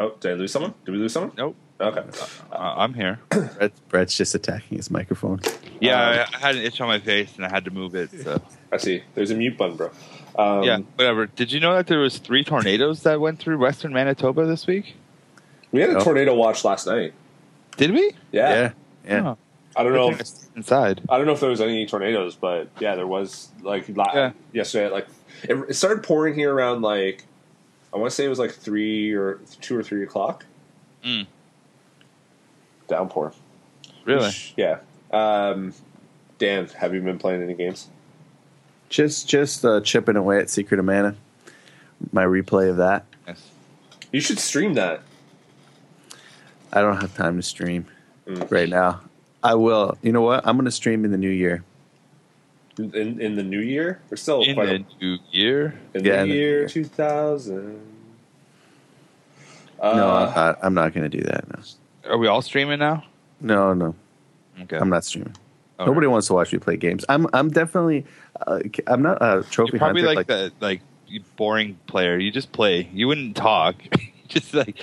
Speaker 1: oh, did I lose someone? Did we lose someone?
Speaker 2: Nope.
Speaker 1: Okay.
Speaker 2: Uh, I'm here.
Speaker 3: Brett, Brett's just attacking his microphone.
Speaker 2: Yeah, I, I had an itch on my face and I had to move it. So
Speaker 1: I see. There's a mute button, bro. Um,
Speaker 2: yeah, whatever. Did you know that there was three tornadoes that went through Western Manitoba this week?
Speaker 1: We had a
Speaker 3: Oh.
Speaker 1: tornado watch last night.
Speaker 2: Did we? Oh.
Speaker 1: Yeah.
Speaker 3: yeah, yeah.
Speaker 2: Huh.
Speaker 1: I don't know.
Speaker 2: I think I
Speaker 1: If,
Speaker 2: stayed inside.
Speaker 1: I don't know if there was any tornadoes, but yeah, there was like la-
Speaker 2: Yeah.
Speaker 1: yesterday. at, Like it, it started pouring here around like I want to say it was like three or two or three o'clock.
Speaker 2: Mm.
Speaker 1: Downpour.
Speaker 2: Really?
Speaker 1: Yeah. Um, Dan, have you been playing any games?
Speaker 3: Just just uh, chipping away at Secret of Mana. My replay of that.
Speaker 2: Yes.
Speaker 1: You should stream that.
Speaker 3: I don't have time to stream
Speaker 2: Mm.
Speaker 3: right now. I will. You know what? I'm going to stream in the new year.
Speaker 1: In, in the new year, we're still
Speaker 2: In
Speaker 1: Oh, quite
Speaker 2: the new year.
Speaker 1: a, in
Speaker 3: yeah,
Speaker 1: the
Speaker 3: in the new
Speaker 1: year
Speaker 3: year.
Speaker 1: two thousand.
Speaker 3: No, I'm
Speaker 1: Uh,
Speaker 3: not, I'm not going to do that. No,
Speaker 2: Are we all streaming now?
Speaker 3: no, no.
Speaker 2: Okay.
Speaker 3: I'm not streaming.
Speaker 2: All
Speaker 3: Um, Nobody
Speaker 2: right.
Speaker 3: wants to watch me play games. I'm I'm definitely. Uh, I'm not a trophy
Speaker 2: You're probably
Speaker 3: hunter.
Speaker 2: like, that, like you boring player. You just play. You wouldn't talk. (laughs) just like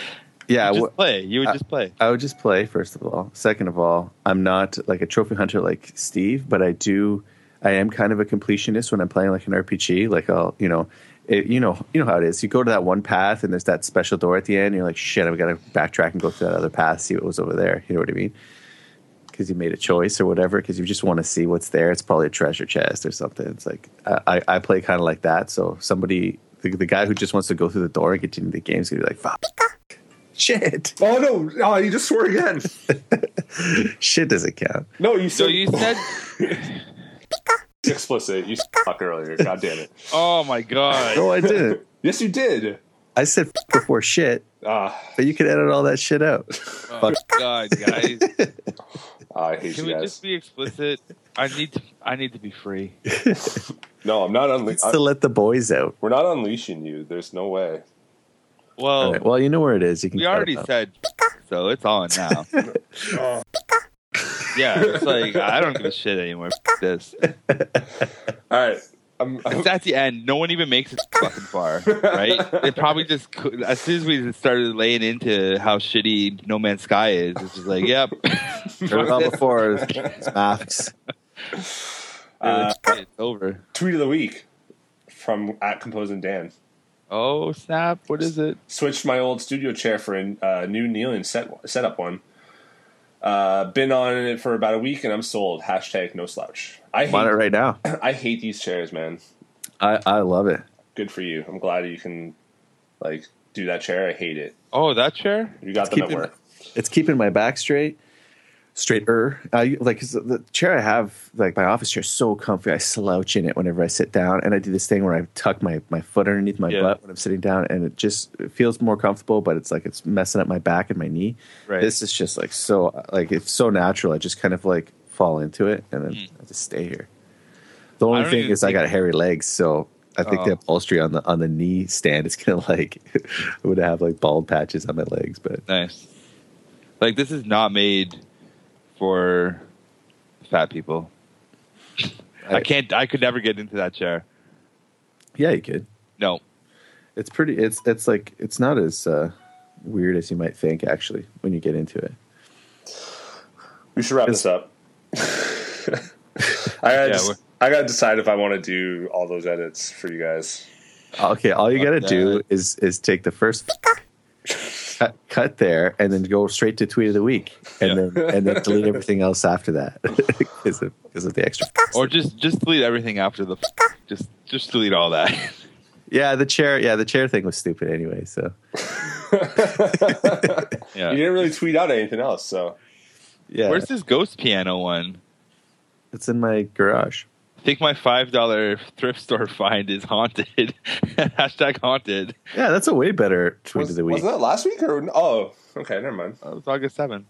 Speaker 3: yeah.
Speaker 2: you just
Speaker 3: wh-
Speaker 2: play. You would
Speaker 3: I-
Speaker 2: just play.
Speaker 3: I would just play first of all. Second of all, I'm not like a trophy hunter like Steve, but I do. I am kind of a completionist when I'm playing like an RPG. Like I'll, you know, it, you know, you know how it is. You go to that one path and there's that special door at the end. And you're like, shit, I've got to backtrack and go through that other path, see what was over there. You know what I mean? Because you made a choice or whatever. Because you just want to see what's there. It's probably a treasure chest or something. It's like I, I I play kind of like that. So somebody, the, the guy who just wants to go through the door and continue the game is gonna be like, fuck, (laughs) shit.
Speaker 1: oh no! Oh, you just swore again. (laughs)
Speaker 3: Shit doesn't count.
Speaker 1: No, you said,
Speaker 2: So you said,
Speaker 1: explicit. You s- fuck earlier. God damn it.
Speaker 2: "Oh my god!"
Speaker 3: No, I didn't.
Speaker 1: Yes, you did.
Speaker 3: I said f- before shit,
Speaker 1: Ah,
Speaker 3: but you can edit all that shit out.
Speaker 2: Oh god, guys!
Speaker 1: ah, I hate
Speaker 2: Can
Speaker 1: you
Speaker 2: we
Speaker 1: guys.
Speaker 2: just be explicit? I need to. I need to be free.
Speaker 1: no, I'm not. Unle-
Speaker 3: It's
Speaker 1: I-
Speaker 3: to let the boys out.
Speaker 1: we're not unleashing you. There's no way.
Speaker 2: Well,
Speaker 3: (laughs) All right, well, you know where it is. You can.
Speaker 2: Oh. we already
Speaker 3: cut it Oh. out.
Speaker 2: said, so it's on
Speaker 3: (laughs)
Speaker 2: now. yeah, it's like I don't give a shit anymore. F- This
Speaker 1: All right. I'm,
Speaker 3: (laughs)
Speaker 1: I'm,
Speaker 2: it's at the end. No one even makes it fucking far, right? They probably just cou- as soon as we started laying into how shitty No Man's Sky is, it's just like,
Speaker 3: (laughs)
Speaker 2: yep,
Speaker 3: Heard it all
Speaker 2: Fuck
Speaker 3: before.
Speaker 2: (laughs)
Speaker 3: It's maths.
Speaker 1: Uh,
Speaker 2: this. it's over.
Speaker 1: tweet of the week from at composing Dan.
Speaker 2: Oh snap! What is it?
Speaker 1: switched my old studio chair for a uh, new kneeling set setup one. Uh, been on it for about a week and I'm sold. Hashtag no slouch. I
Speaker 3: I'm on it
Speaker 1: hate,
Speaker 3: right now.
Speaker 1: I hate these chairs, man.
Speaker 3: I, I love it.
Speaker 1: Good for you. I'm glad you can like do that chair. I hate it.
Speaker 2: Oh, that chair.
Speaker 1: You got them
Speaker 3: Keep
Speaker 1: at
Speaker 3: it-
Speaker 1: work.
Speaker 3: It's keeping my back straight. Straighter, I like 'cause the chair I have, like my office chair, is so comfy. I slouch in it whenever I sit down, and I do this thing where I tuck my, my foot underneath my
Speaker 2: Yeah.
Speaker 3: butt when I'm sitting down, and it just it feels more comfortable. But it's like it's messing up my back and my knee.
Speaker 2: Right.
Speaker 3: This is just like so like it's so natural. I just kind of like fall into it and then I just stay here. The
Speaker 2: Hmm. I
Speaker 3: only
Speaker 2: don't
Speaker 3: thing
Speaker 2: even
Speaker 3: is I
Speaker 2: think-
Speaker 3: got hairy legs, so I think the
Speaker 2: Oh.
Speaker 3: upholstery on the on the knee stand is gonna (laughs) like I would have like bald patches on my legs, but
Speaker 2: Nice. Like this is not made for fat people. I,
Speaker 3: I-
Speaker 2: can't. I could never get into that chair.
Speaker 3: yeah, you could.
Speaker 2: No.
Speaker 3: It's pretty it's it's like it's not as uh weird as you might think actually when you get into it.
Speaker 1: We should wrap
Speaker 3: It's-
Speaker 1: this up. (laughs) I gotta
Speaker 2: Yeah,
Speaker 1: just-
Speaker 2: we're-
Speaker 1: I gotta decide if I want to do all those edits for you guys.
Speaker 3: Okay, all you
Speaker 2: Fuck
Speaker 3: gotta do
Speaker 2: that.
Speaker 3: is is take the first cut, cut there, and then go straight to tweet of the week, and
Speaker 2: Yeah.
Speaker 3: then and then delete everything else after that (laughs) because of because of the extra.
Speaker 2: Or just just delete everything after the just just delete all that. (laughs)
Speaker 3: Yeah, the chair. Yeah, the chair thing was stupid anyway. So
Speaker 2: yeah.
Speaker 1: You didn't really tweet out anything else, so
Speaker 3: yeah,
Speaker 2: Where's this ghost piano one?
Speaker 3: it's in my garage.
Speaker 2: I think my five dollar thrift store find is haunted. (laughs) Hashtag haunted.
Speaker 3: Yeah, that's a way better tweet
Speaker 1: was,
Speaker 3: of the week.
Speaker 1: was that last week or oh? Okay, never mind.
Speaker 2: That was Oh, August seventh.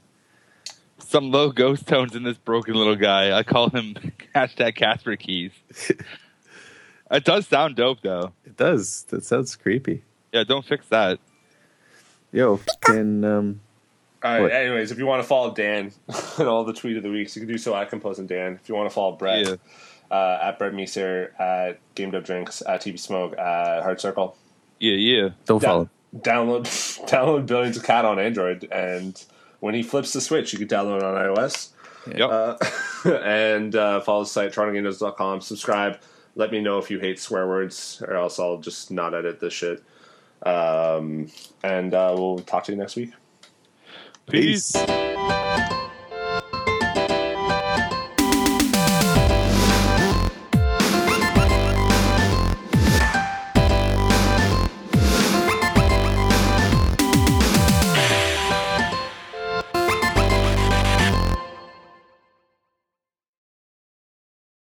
Speaker 2: Some low ghost tones in this broken little guy. I call him (laughs) hashtag Casper (laughs) Keys. it does sound dope though.
Speaker 3: It does. That sounds creepy.
Speaker 2: Yeah, don't fix that.
Speaker 3: Yo, fucking um,
Speaker 1: All right.
Speaker 3: What?
Speaker 1: Anyways, if you want to follow Dan (laughs) and all the tweet of the weeks, you can do so at Compose and Dan. If you want to follow Brett,
Speaker 2: Yeah.
Speaker 1: uh, at Brett Meeser, at Game Dub Drinks, at TV Smoke, at Hard Circle.
Speaker 2: Yeah, yeah.
Speaker 3: don't
Speaker 1: Da-
Speaker 3: follow.
Speaker 1: Download (laughs) download Billions of Cat on Android, and when he flips the switch, you can download it on iOS. (laughs)
Speaker 2: Yep.
Speaker 1: Uh, and uh, follow the site torontogamedev.com. Subscribe. Let me know if you hate swear words, or else I'll just not edit this shit. Um, and uh, we'll talk to you next week.
Speaker 2: Peace.
Speaker 3: Peace.